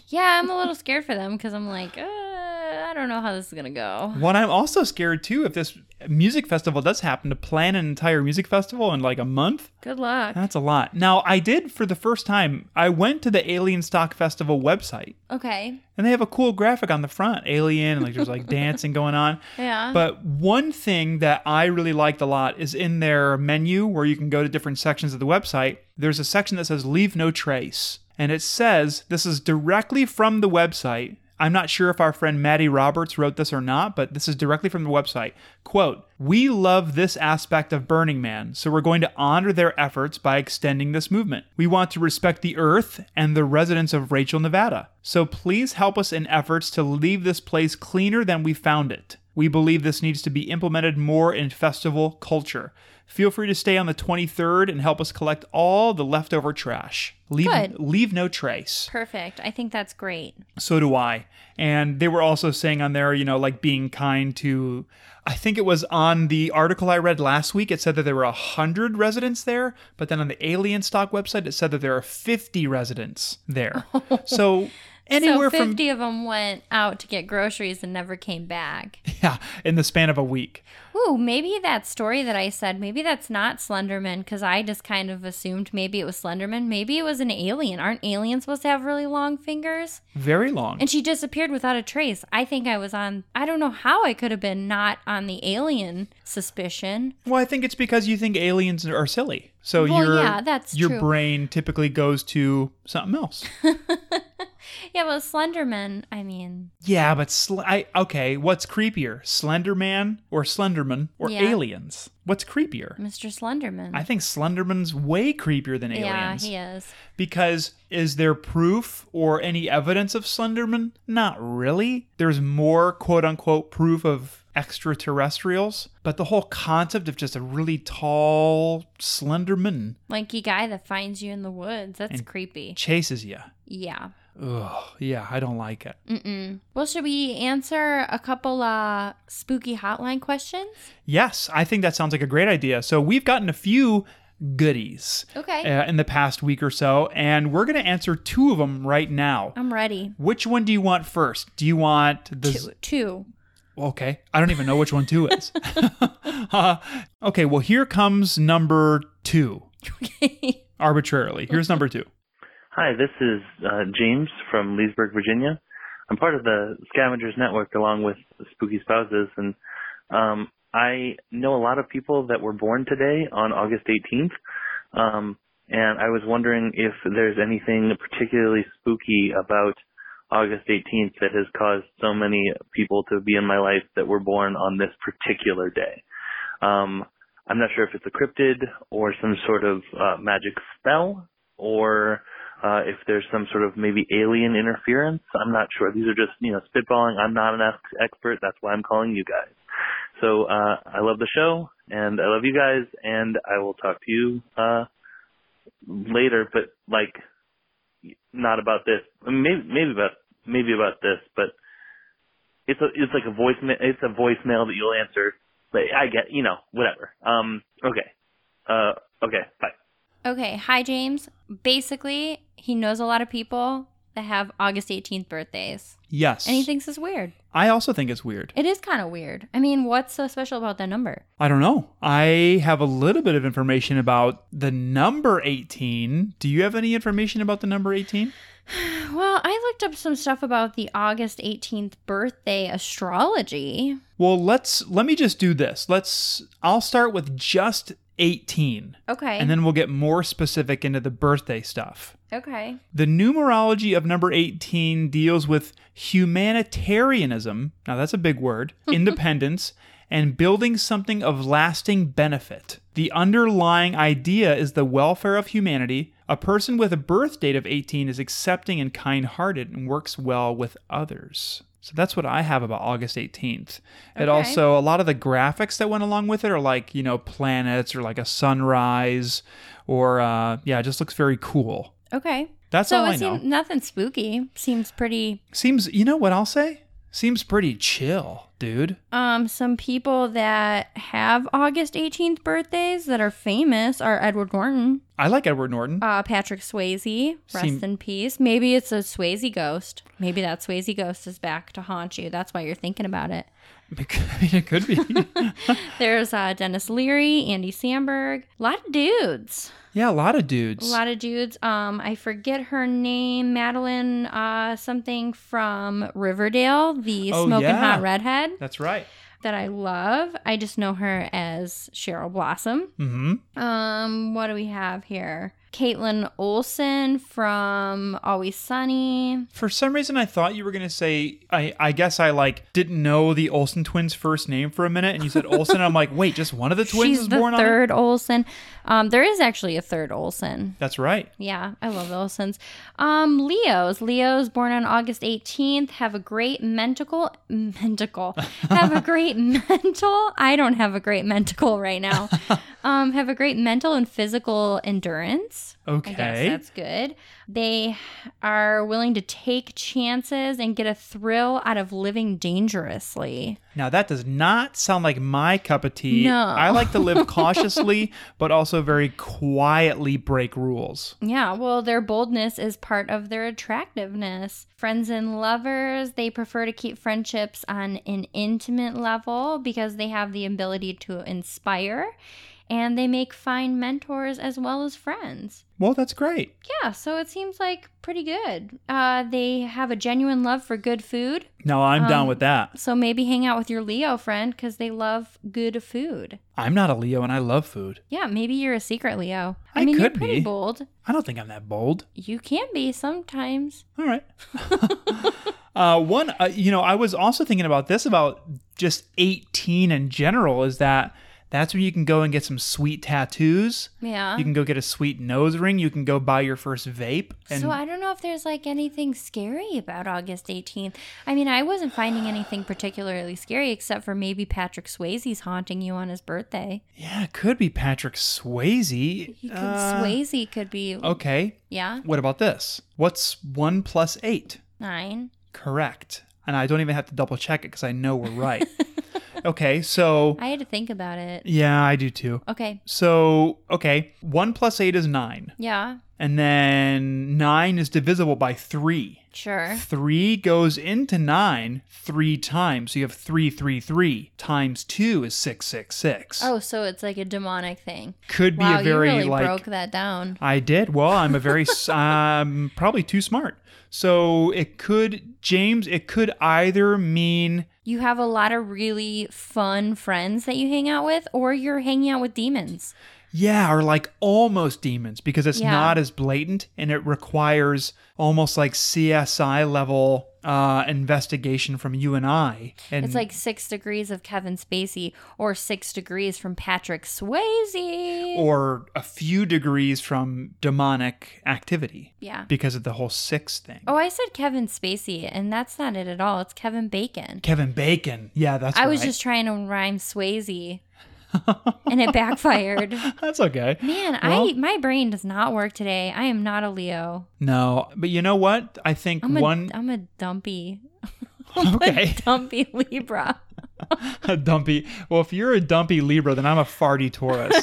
Yeah, I'm a little scared for them because I'm like, uh, I don't know how this is going to go.
What I'm also scared too, if this music festival does happen, to plan an entire music festival in like a month,
Good luck.
that's a lot. Now, I did for the first time. I went to the Alien Stock Festival website,
Okay.
and they have a cool graphic on the front, alien, and like there's like dancing going on.
Yeah.
But one thing that I really liked a lot is in their menu where you can go to different sections of the website, there's a section that says leave no trace. And it says this is directly from the website. I'm not sure if our friend Maddie Roberts wrote this or not, but this is directly from the website. Quote, We love this aspect of Burning Man, so we're going to honor their efforts by extending this movement. We want to respect the earth and the residents of Rachel, Nevada. So please help us in efforts to leave this place cleaner than we found it. We believe this needs to be implemented more in festival culture. Feel free to stay on the 23rd and help us collect all the leftover trash. Leave
Good.
leave no trace.
Perfect. I think that's great.
So do I. And they were also saying on there, you know, like being kind to I think it was on the article I read last week it said that there were 100 residents there, but then on the Alien Stock website it said that there are 50 residents there. so anywhere
so
from
50 of them went out to get groceries and never came back.
yeah, in the span of a week.
Ooh, maybe that story that I said, maybe that's not Slenderman because I just kind of assumed maybe it was Slenderman. Maybe it was an alien. Aren't aliens supposed to have really long fingers?
Very long.
And she disappeared without a trace. I think I was on, I don't know how I could have been not on the alien suspicion.
Well, I think it's because you think aliens are silly. So
Well,
your
yeah, that's
your
true.
brain typically goes to something else.
Yeah, well, Slenderman, I mean,
yeah, but sl- I, okay, what's creepier, Slenderman or Slenderman or
Yeah.
aliens? What's creepier?
Mr. Slenderman.
I think Slenderman's way creepier than
yeah,
aliens.
he is.
Because is there proof or any evidence of Slenderman? Not really. There's more quote unquote proof of extraterrestrials, but the whole concept of just a really tall Slenderman
Lanky guy that finds you in the woods. That's creepy.
chases you.
Yeah.
Ugh, yeah, I don't like it.
Mm. Well, should we answer a couple uh, spooky hotline questions?
Yes, I think that sounds like a great idea. So we've gotten a few goodies
Okay.
uh, in the past week or so, and we're going to answer two of them right now.
I'm ready.
Which one do you want first? Do you want the.
Oh. Two. two.
Okay, I don't even know which one two is. Uh, okay, well, here comes number two arbitrarily. Here's number two.
Hi, this is uh, James from Leesburg, Virginia. I'm part of the Scavengers Network along with Spooky Spouses, and um, I know a lot of people that were born today on August 18th. Um, and I was wondering if there's anything particularly spooky about August 18th that has caused so many people to be in my life that were born on this particular day. Um, I'm not sure if it's a cryptid or some sort of uh, magic spell or uh, if there's some sort of maybe alien interference. I'm not sure. These are just you know spitballing. I'm not an ex- expert. That's why I'm calling you guys. So uh, I love the show and I love you guys and I will talk to you uh, later. But like, not about this. Maybe maybe about maybe about this. But it's a it's like a voicemail. It's a voicemail that you'll answer. But I get you know whatever. Um. Okay. Uh. Okay. Bye.
Okay, hi James. Basically, he knows a lot of people that have August 18th birthdays,
Yes.
and he thinks it's weird.
I also think it's weird.
It is kind of weird. I mean, what's so special about that number?
I don't know. I have a little bit of information about the number 18. Do you have any information about the number 18?
Well, I looked up some stuff about the August 18th birthday astrology.
Well, let's let me just do this. Let's I'll start with just 18
Okay.
and then we'll get more specific into the birthday stuff.
okay.
The numerology of number 18 deals with humanitarianism. Now, that's a big word. Independence and building something of lasting benefit. The underlying idea is the welfare of humanity. A person with a birth date of 18 is accepting and kind hearted and works well with others. So that's what I have about August 18th. It
Okay.
also, a lot of the graphics that went along with it are like, you know, planets or like a sunrise or, uh, yeah, it just looks very cool.
Okay.
That's
so
all
it
I know.
seems nothing spooky. Seems pretty
Seems, you know what I'll say? Seems pretty chill, dude.
um some people that have August 18th birthdays that are famous are Edward Norton,
I like Edward Norton.
uh Patrick Swayze, rest
Seem-
in peace. Maybe it's a Swayze ghost. Maybe that Swayze ghost is back to haunt you. That's why you're thinking about it.
it could be.
There's uh Dennis Leary, Andy Samberg, a lot of dudes.
yeah, a lot of dudes.
A lot of dudes. Um, I forget her name, Madeline, uh, something from Riverdale, the
Oh,
smoking
yeah.
hot redhead
That's right.
that I love. I just know her as Cheryl Blossom.
Mm-hmm.
Um, what do we have here? Caitlin Olsen from Always Sunny.
For some reason, I thought you were gonna say. I, I guess I like didn't know the Olsen twins' first name for a minute, and you said Olsen. I'm like, wait, just one of the twins
She's
is
the
born on. it?
third Olsen. Um, there is actually a third Olsen.
That's right.
Yeah, I love Olsons. Um, Leos. Leos born on August 18th have a great mental mental have a great mental. I don't have a great mental right now. Um, have a great mental and physical endurance. I guess
Okay.
that's good. They are willing to take chances and get a thrill out of living dangerously.
Now that does not sound like my cup of tea.
No.
I like to live cautiously, but also very quietly break rules.
Yeah, well, their boldness is part of their attractiveness. Friends and lovers, they prefer to keep friendships on an intimate level because they have the ability to inspire and they make fine mentors as well as friends.
Well, that's great.
Yeah, so it seems like pretty good. Uh, they have a genuine love for good food,
No, I'm down
Um,
with that.
so maybe hang out with your Leo friend because they love good food.
I'm not a Leo and I love food.
Yeah, maybe you're a secret Leo. I,
I
mean, you're
could
pretty
be.
bold.
I don't think I'm that bold.
You can be sometimes.
All right. uh, one, uh, you know, I was also thinking about this about just 18 in general is that that's when you can go and get some sweet tattoos.
Yeah.
You can go get a sweet nose ring. You can go buy your first vape. And
so I don't know if there's like anything scary about August 18th. I mean, I wasn't finding anything particularly scary except for maybe Patrick Swayze's haunting you on his birthday.
yeah, it could be Patrick Swayze.
You could,
Uh,
Swayze could be
Okay.
yeah,
What about this? What's one plus eight?
9.
Correct. And I don't even have to double check it because I know we're right. okay. So,
I had to think about it.
yeah, I do too.
Okay.
So, okay, 1 plus 8 is 9.
Yeah,
And then 9 is divisible by 3.
sure.
3 goes into 9 three times. So you have 333 times 2 is 666.
Oh, so it's like a demonic thing.
Could be
Wow,
a very
you really
like
broke that down.
I did. Well, I'm a very s- I'm probably too smart. So it could James, it could either mean
You have a lot of really fun friends that you hang out with or you're hanging out with demons.
yeah, are like almost demons because it's
Yeah.
not as blatant and it requires almost like CSI level uh, investigation from you and I. And
It's like six degrees of Kevin Spacey or six degrees from Patrick Swayze.
or a few degrees from demonic activity.
Yeah.
Because of the whole six thing.
oh, I said Kevin Spacey, and that's not it at all. It's Kevin Bacon.
Kevin Bacon. Yeah, that's
I was
right.
just trying to rhyme Swayze, and it backfired.
That's okay.
Man, I my brain does not work today. I am not a Leo.
No, but you know what? I think
I'm a
one
am a dumpy.
Okay.
dumpy Libra.
a dumpy. Well, if you're a dumpy Libra, then I'm a farty Taurus.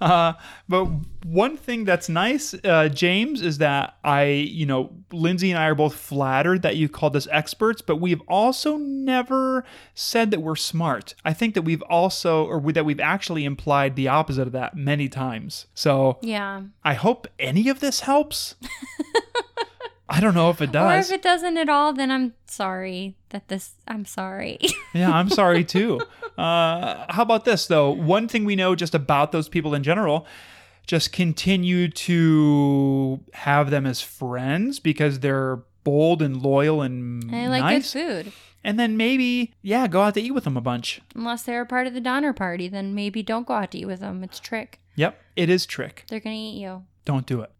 uh, but one thing that's nice, uh, James, is that I, you know, Lindsay and I are both flattered that you called us experts, but we've also never said that we're smart. I think that we've also, or we, that we've actually implied the opposite of that many times. So
Yeah.
I hope any of this helps. Oh, I don't know if it
Or
does.
if it doesn't at all, then I'm sorry that this. I'm sorry.
Yeah, I'm sorry too. Uh, how about this though? One thing we know just about those people in general, just continue to have them as friends because they're bold and loyal and
I like
nice.
good food.
And then maybe, yeah, go out to eat with them a bunch.
Unless they're a part of the Donner Party, then maybe don't go out to eat with them. It's a trick.
Yep, it is trick.
They're gonna eat you.
Don't do it.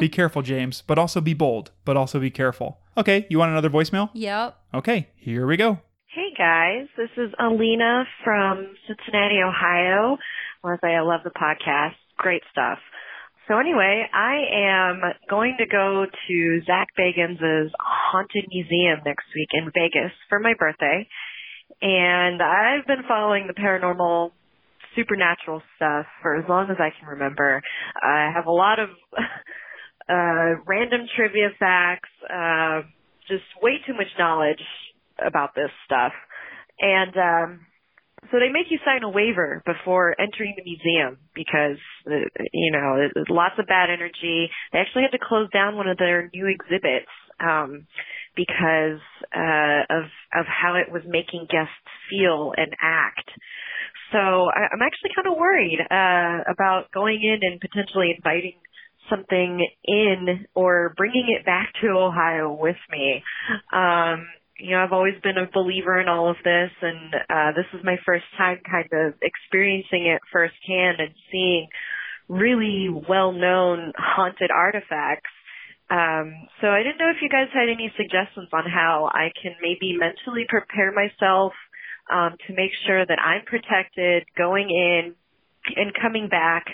be careful, James, but also be bold, but also be careful. Okay, you want another voicemail?
Yep.
Okay, here we go.
Hey guys, this is Alina from Cincinnati, Ohio. I want to say I love the podcast. Great stuff. So anyway, I am going to go to Zach Bagans' Haunted Museum next week in Vegas for my birthday. And I've been following the paranormal supernatural stuff for as long as I can remember. I have a lot of uh random trivia facts, uh, just way too much knowledge about this stuff. And um so they make you sign a waiver before entering the museum because uh, you know it- it- lots of bad energy. They actually had to close down one of their new exhibits um, because uh, of of how it was making guests feel and act. So I, I'm actually kind of worried uh, about going in and potentially inviting something in or bringing it back to Ohio with me. Um, you know, I've always been a believer in all of this, and uh, this is my first time kind of experiencing it firsthand and seeing really well-known haunted artifacts. Um, so I didn't know if you guys had any suggestions on how I can maybe mentally prepare myself um, to make sure that I'm protected going in and coming back.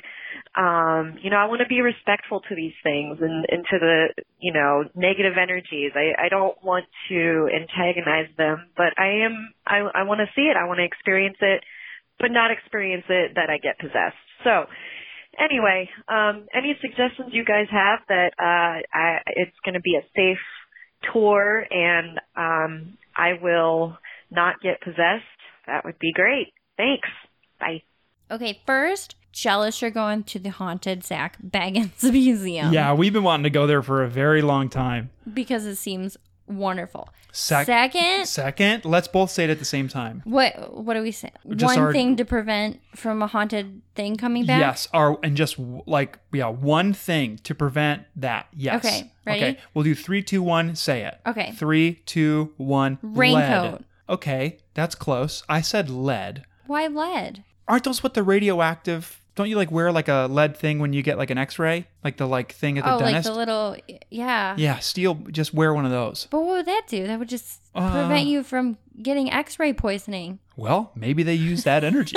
Um, you know, I want to be respectful to these things and, and to the, you know, negative energies. I, I don't want to antagonize them, but I am, I, I want to see it. I want to experience it, but not experience it that I get possessed. So anyway, um, any suggestions you guys have that, uh, I, it's going to be a safe tour and, um, I will not get possessed. That would be great. Thanks. Bye.
Okay. First, jealous you're going to the haunted Zach Baggins Museum.
Yeah, we've been wanting to go there for a very long time.
Because it seems wonderful.
Sec-
Second.
Second, let's both say it at the same time.
what what do we say?
Just
One
our-
thing to prevent from a haunted thing coming back.
Yes, our and just w- like yeah, one thing to prevent that. Yes.
Okay, ready?
Okay, we'll do three, two, one. Say it.
Okay.
Three, two, one. Lead.
Raincoat.
Okay, that's close. I said lead.
Why lead?
Aren't those what the radioactive? Don't you like wear like a lead thing when you get like an X-ray, like the like thing at the
oh, like
dentist?
the little yeah.
yeah, steel. Just wear one of those.
But what would that do? That would just
Uh,
prevent you from getting X-ray poisoning.
Well, maybe they use that energy.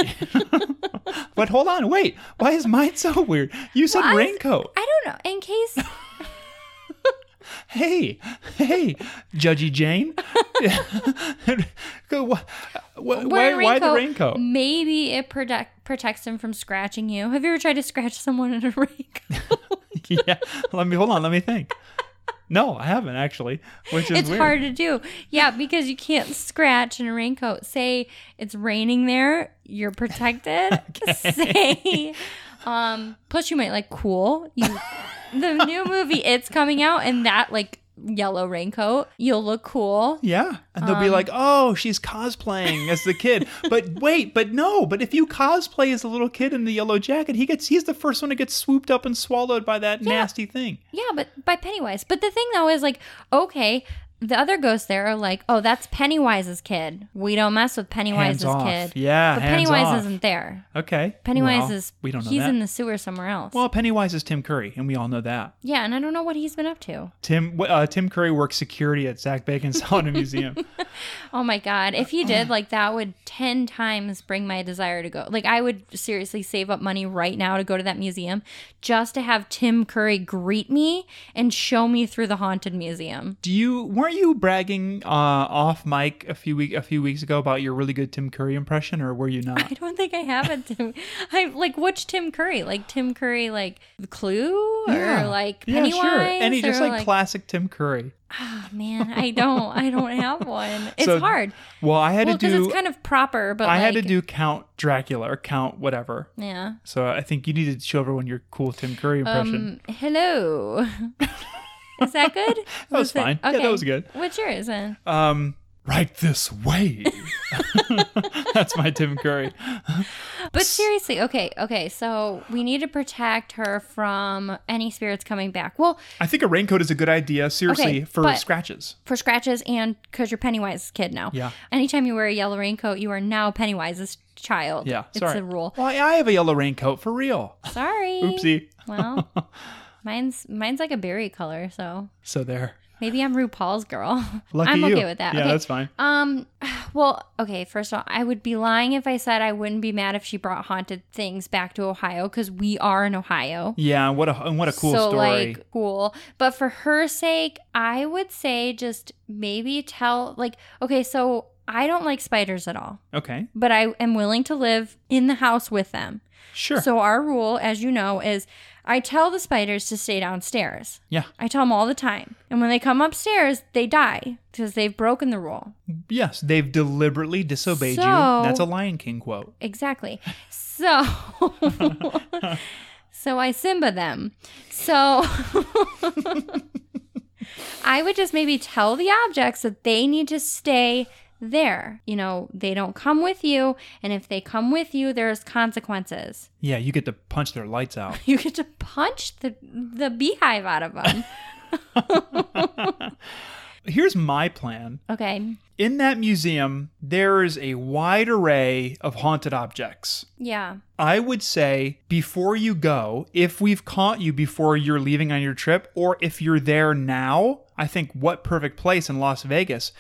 but hold on, wait. Why is mine so weird? You said
Well, I was-
raincoat.
I don't know. In case
hey, hey, Judgy Jane. Go, wh- wh- why,
wear a
why the
raincoat,
raincoat?
Maybe it protect, protects him from scratching you. Have you ever tried to scratch someone in a raincoat?
yeah, let me hold on. Let me think. No, I haven't actually, which is
it's
weird.
hard to do. Yeah, because you can't scratch in a raincoat. Say it's raining there, you're protected. Say um plus you might like cool. You the new movie it's coming out and that like yellow raincoat. You'll look cool.
Yeah. And they'll be
Um,
like, oh, she's cosplaying as the kid. but wait, but no, but if you cosplay as the little kid in the yellow jacket, he gets he's the first one to get swooped up and swallowed by that nasty thing.
Yeah, but by Pennywise. But the thing though is like, okay, the other ghosts there are like, oh, that's Pennywise's kid. We don't mess with
Hands
Pennywise's
off.
kid.
Yeah,
but
hands
Pennywise
off.
isn't there.
Okay.
Pennywise
Well,
is.
we don't know
He's
that.
in the sewer somewhere else.
Well, Pennywise is Tim Curry, and we all know that.
yeah, and I don't know what he's been up to.
Tim uh, Tim Curry works security at Zach Bacon's Haunted Museum.
Oh my god, if he did, like that would ten times bring my desire to go. Like I would seriously save up money right now to go to that museum just to have Tim Curry greet me and show me through the haunted museum.
Do you weren't you bragging uh, off mic a few week a few weeks ago about your really good Tim Curry impression, or were you not?
I don't think I have a Tim. I like which Tim Curry, like Tim Curry, like the Clue or
Yeah.
like
yeah,
Pennywise.
sure. And he just
or,
like, classic Tim Curry.
oh, man, I don't, I don't have one. It's
So,
hard.
Well, I had
Well,
to
because
do
it's kind of proper, but
I had to
like-
do Count Dracula or Count whatever.
Yeah.
So I think you needed to show everyone your cool Tim Curry impression.
Um, hello. Is that good?
That was fine. Yeah, that was good.
What's yours then?
Um, right this way. That's my Tim Curry.
But seriously, okay, okay. So we need to protect her from any spirits coming back. Well,
I think a raincoat is a good idea, seriously,
Okay,
for
but-
scratches.
for scratches and because you're Pennywise's kid now.
Yeah.
Anytime you wear a yellow raincoat, you are now Pennywise's child.
Yeah,
It's
sorry.
a rule.
Well, I I have a yellow raincoat for real.
Sorry.
Oopsie.
Well, mine's mine's like a berry color, so
So there.
maybe I'm RuPaul's girl.
Lucky
I'm
you.
okay with that.
Yeah,
okay.
that's fine.
Um, well, okay, first of all, I would be lying if I said I wouldn't be mad if she brought haunted things back to Ohio because we are in Ohio.
Yeah, and what a and what a cool
so,
story.
like, cool. But for her sake, I would say just maybe tell, like, okay, so I don't like spiders at all,
okay.
but I am willing to live in the house with them.
Sure.
So, our rule, as you know, is I tell the spiders to stay downstairs.
yeah.
I tell them all the time. And when they come upstairs, they die because they've broken the rule.
Yes, they've deliberately disobeyed
So-
you. That's a Lion King quote.
Exactly. So, so I Simba them. So, I would just maybe tell the objects that they need to stay there. You know, they don't come with you. And if they come with you, there's consequences.
Yeah, you get to punch their lights out.
You get to punch the, the beehive out of them.
Here's my plan.
Okay.
In that museum, there is a wide array of haunted objects.
Yeah.
I would say before you go, if we've caught you before you're leaving on your trip, or if you're there now, I think what perfect place in Las Vegas.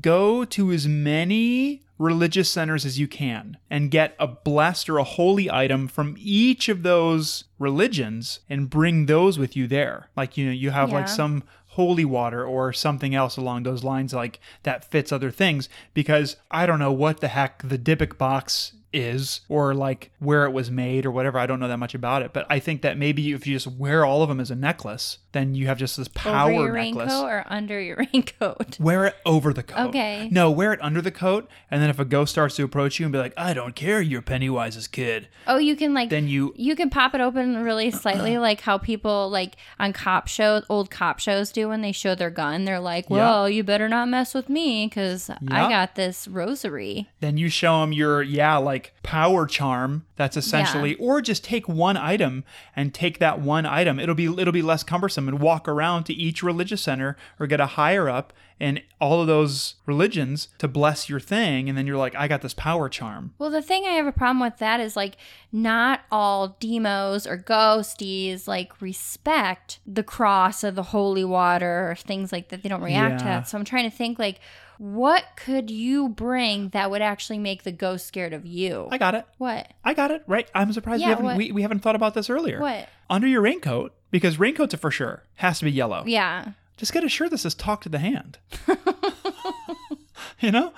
Go to as many religious centers as you can and get a blessed or a holy item from each of those religions and bring those with you there. Like, you know, you have like
Yeah.
some some holy water or something else along those lines like that fits other things because I don't know what the heck the Dybbuk box is or like where it was made or whatever I don't know that much about it but I think that maybe if you just wear all of them as a necklace then you have just this power
Over your
necklace
raincoat or under your raincoat?
wear it over the coat
Okay.
no wear it under the coat and then if a ghost starts to approach you and be like I don't care you're Pennywise's kid
Oh, you can like
Then you-
you can pop it open really slightly, like how people like on cop shows, old cop shows do when they show their gun. They're like, "Well, you better not mess with me because
Yeah.
I got this rosary."
then you show them your yeah like power charm that's essentially or just take one item and take that one item it'll be it'll be less cumbersome and walk around to each religious center or get a higher up in all of those religions to bless your thing and then you're like i got this power charm
Well, the thing I have a problem with that is like not all demos or ghosties like respect the cross or the holy water or things like that. They don't react to
Yeah.
that. So I'm trying to think like, what could you bring that would actually make the ghost scared of you?
i got it
what?
i got it right i'm surprised
Yeah,
we, haven't,
what-
we, we haven't thought about this earlier
What?
under your raincoat because raincoats are for sure has to be yellow
Yeah.
just get a shirt that says talk to the hand you know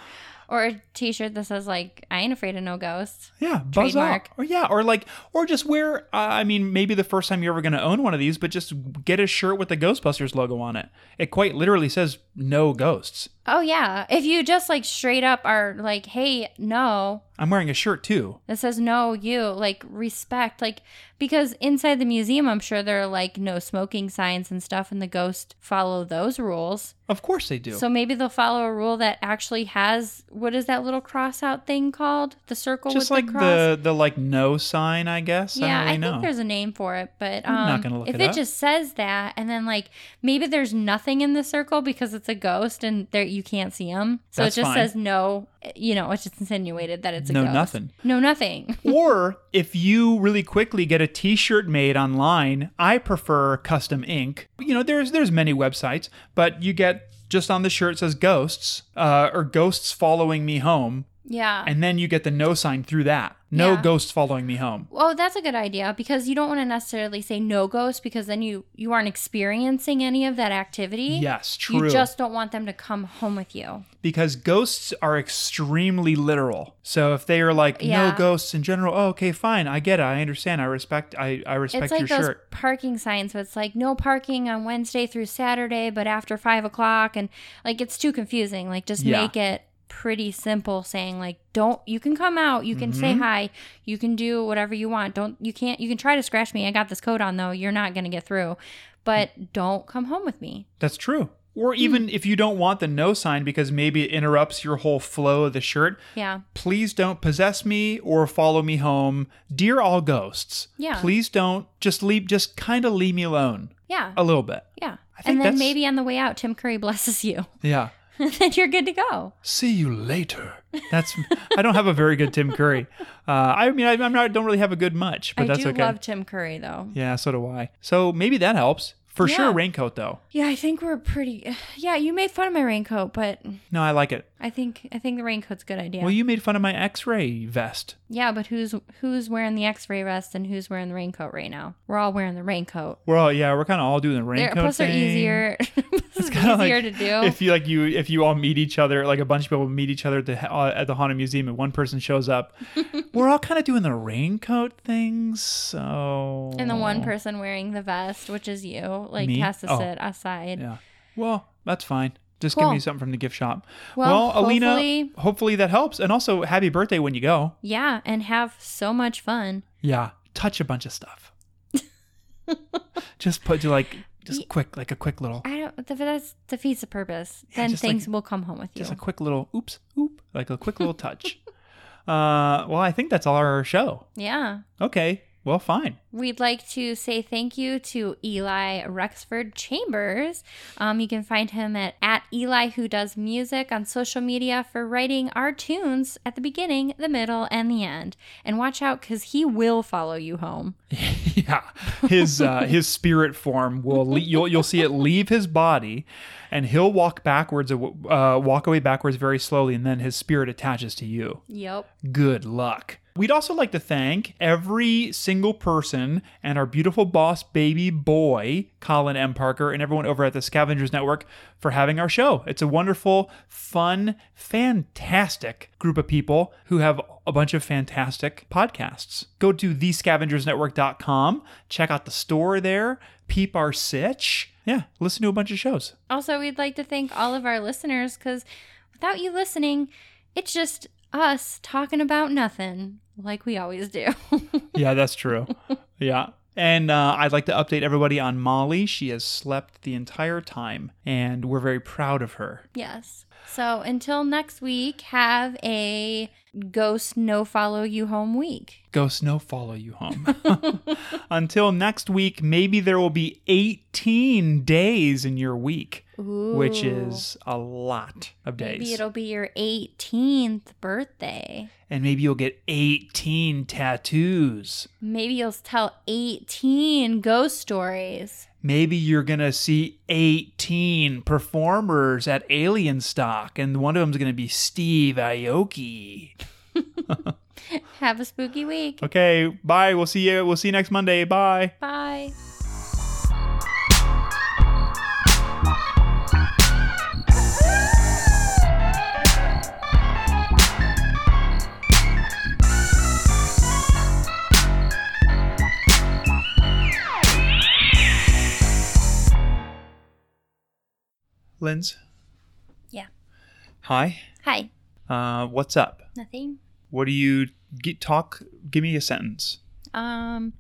or a t-shirt that says like i ain't afraid of no ghosts
Yeah, buzz off.
Trademark.
Or yeah, or like, or just wear. Uh, I mean, maybe the first time you're ever going to own one of these, but just get a shirt with the Ghostbusters logo on it. It quite literally says "No Ghosts."
Oh yeah. If you just like straight up are like, "Hey, no."
I'm wearing a shirt too.
That says no, you like respect, like because inside the museum, I'm sure there are like no smoking signs and stuff, and the ghosts follow those rules.
Of course they do.
So maybe they'll follow a rule that actually has what is that little cross out thing called? The circle
just
with
like
the
the,
cross.
the like no sign, I guess. I don't
yeah, I,
really know.
think there's a name for it, but um,
I'm not gonna look
if
it
it,
up.
just says that, and then like maybe there's nothing in the circle because it's a ghost and there you can't see him, so
That's
it just
fine.
says no. You know, it's just insinuated that it's a
No
ghost.
nothing.
No nothing.
or if you really quickly get a t-shirt made online i prefer custom ink you know there's there's many websites but you get just on the shirt says ghosts uh, or ghosts following me home
Yeah.
and then you get the no sign through that no
Yeah.
ghosts following me home
Oh, that's a good idea because you don't want to necessarily say no ghost because then you you aren't experiencing any of that activity.
Yes,
You
true.
just don't want them to come home with you.
because ghosts are extremely literal so if they are like
Yeah.
no ghosts in general oh, okay fine i get it i understand i respect i, I respect
it's like
your
those
shirt
parking signs where it's like no parking on Wednesday through Saturday, but after five o'clock, and like it's too confusing. Like just
Yeah.
make it pretty simple, saying like don't. You can come out. You can say
Mhm.
hi. You can do whatever you want. Don't. You can't. You can try to scratch me. I got this coat on though. You're not gonna get through. But don't come home with me.
That's true. Or
Hmm.
even if you don't want the no sign because maybe it interrupts your whole flow of the shirt,
Yeah.
please don't possess me or follow me home. Dear all ghosts,
Yeah.
please don't just leave just kind of leave me alone
Yeah.
a little bit.
Yeah.
think
And then
that's-
maybe on the way out, Tim Curry blesses you.
Yeah.
then you're good to go.
See you later. That's I don't have a very good Tim Curry. Uh, I mean I, I'm not don't really have a good much, but
I
that's
do
okay.
love Tim Curry though.
yeah, so do I. So maybe that helps. For sure
Yeah.
raincoat though.
Yeah, I think we're pretty. Yeah, you made fun of my raincoat, but
No, I like it.
I think I think the raincoat's a good idea.
Well, you made fun of my x-ray vest.
yeah, but who's who's wearing the X-ray vest and who's wearing the raincoat right now? We're all wearing the raincoat.
We're all yeah, we're kind of all doing the
They're-
raincoat
plus, they're
thing.
easier. it's
kinda
easier
like
to do.
If you like, you if you all meet each other, like a bunch of people meet each other at the uh, at the haunted museum, and one person shows up, we're all kind of doing the raincoat thing. So
and the one person wearing the vest, which is you, like
Oh. Me?
has to
Oh.
sit aside.
yeah, well, that's fine. Just give
Cool.
me something from the gift shop.
Well,
Alina,
hopefully-
hopefully that helps, and also happy birthday when you go.
yeah, and have so much fun.
Yeah, touch a bunch of stuff. just put you like just quick like a quick little
I don't. If that defeats the purpose,
Yeah,
then
just like-
things will come home with you.
just a quick little oops oop like a quick little touch. Uh, well, I think that's all our show.
yeah.
Okay. Well, fine.
We'd like to say thank you to Eli Rexford Chambers. Um, you can find him at, at Eli Who Does Music on social media for writing our tunes at the beginning, the middle, and the end. And watch out because he will follow you home.
yeah. His uh, his spirit form will le- you'll you'll see it leave his body, and he'll walk backwards, uh, walk away backwards very slowly, and then his spirit attaches to you.
Yep.
Good luck. We'd also like to thank every single person and our beautiful boss baby boy, Colin M. Parker, and everyone over at the Scavengers Network for having our show. It's a wonderful, fun, fantastic group of people who have a bunch of fantastic podcasts. Go to thescavengersnetwork.com, check out the store there, peep our sitch. Yeah, listen to a bunch of shows.
Also, we'd like to thank all of our listeners because without you listening, it's just us talking about nothing like we always do.
yeah, that's true. Yeah. And uh, I'd like to update everybody on Molly. She has slept the entire time, and we're very proud of her.
Yes. So until next week, have a ghost no follow you home week.
Ghosts no follow you home. Until next week, maybe there will be 18 days in your week, which
Ooh.
is a lot of days.
Maybe it'll be your 18th birthday.
and maybe you'll get 18 tattoos.
Maybe you'll tell 18 ghost stories.
Maybe you're going to see 18 performers at Alien Stock, and one of them's going to be Steve Aoki.
Have a spooky week.
Okay, bye. We'll see you. We'll see you next Monday. Bye.
Bye.
Linz,
Yeah.
Hi.
Hi.
Uh, what's up?
Nothing.
What do you get, talk? Give me a sentence.
Um,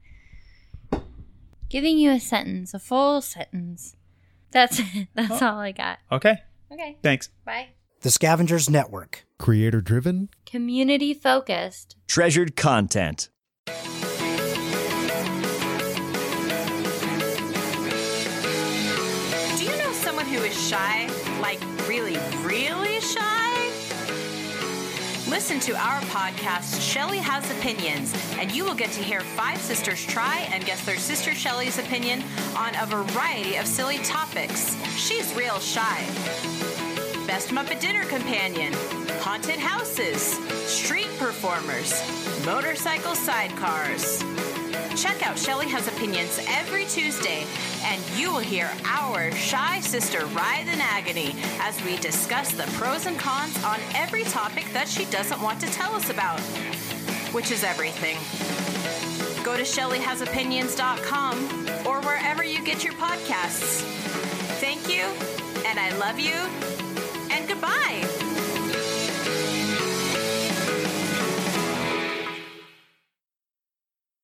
giving you a sentence, a full sentence. That's it. That's all I got.
Okay.
Okay.
Thanks.
Bye.
The Scavengers Network. Creator driven.
Community focused.
Treasured content.
Do you know someone who is shy? Like, really, really shy? Listen to our podcast, Shelly Has Opinions, and you will get to hear five sisters try and guess their sister Shelly's opinion on a variety of silly topics. She's real shy. Best Muppet Dinner Companion, Haunted Houses, Street Performers, Motorcycle Sidecars. Check out Shelly Has Opinions every Tuesday, and you will hear our shy sister writhe in agony as we discuss the pros and cons on every topic that she doesn't want to tell us about, which is everything. Go to ShellyHasOpinions.com or wherever you get your podcasts. Thank you, and I love you, and goodbye.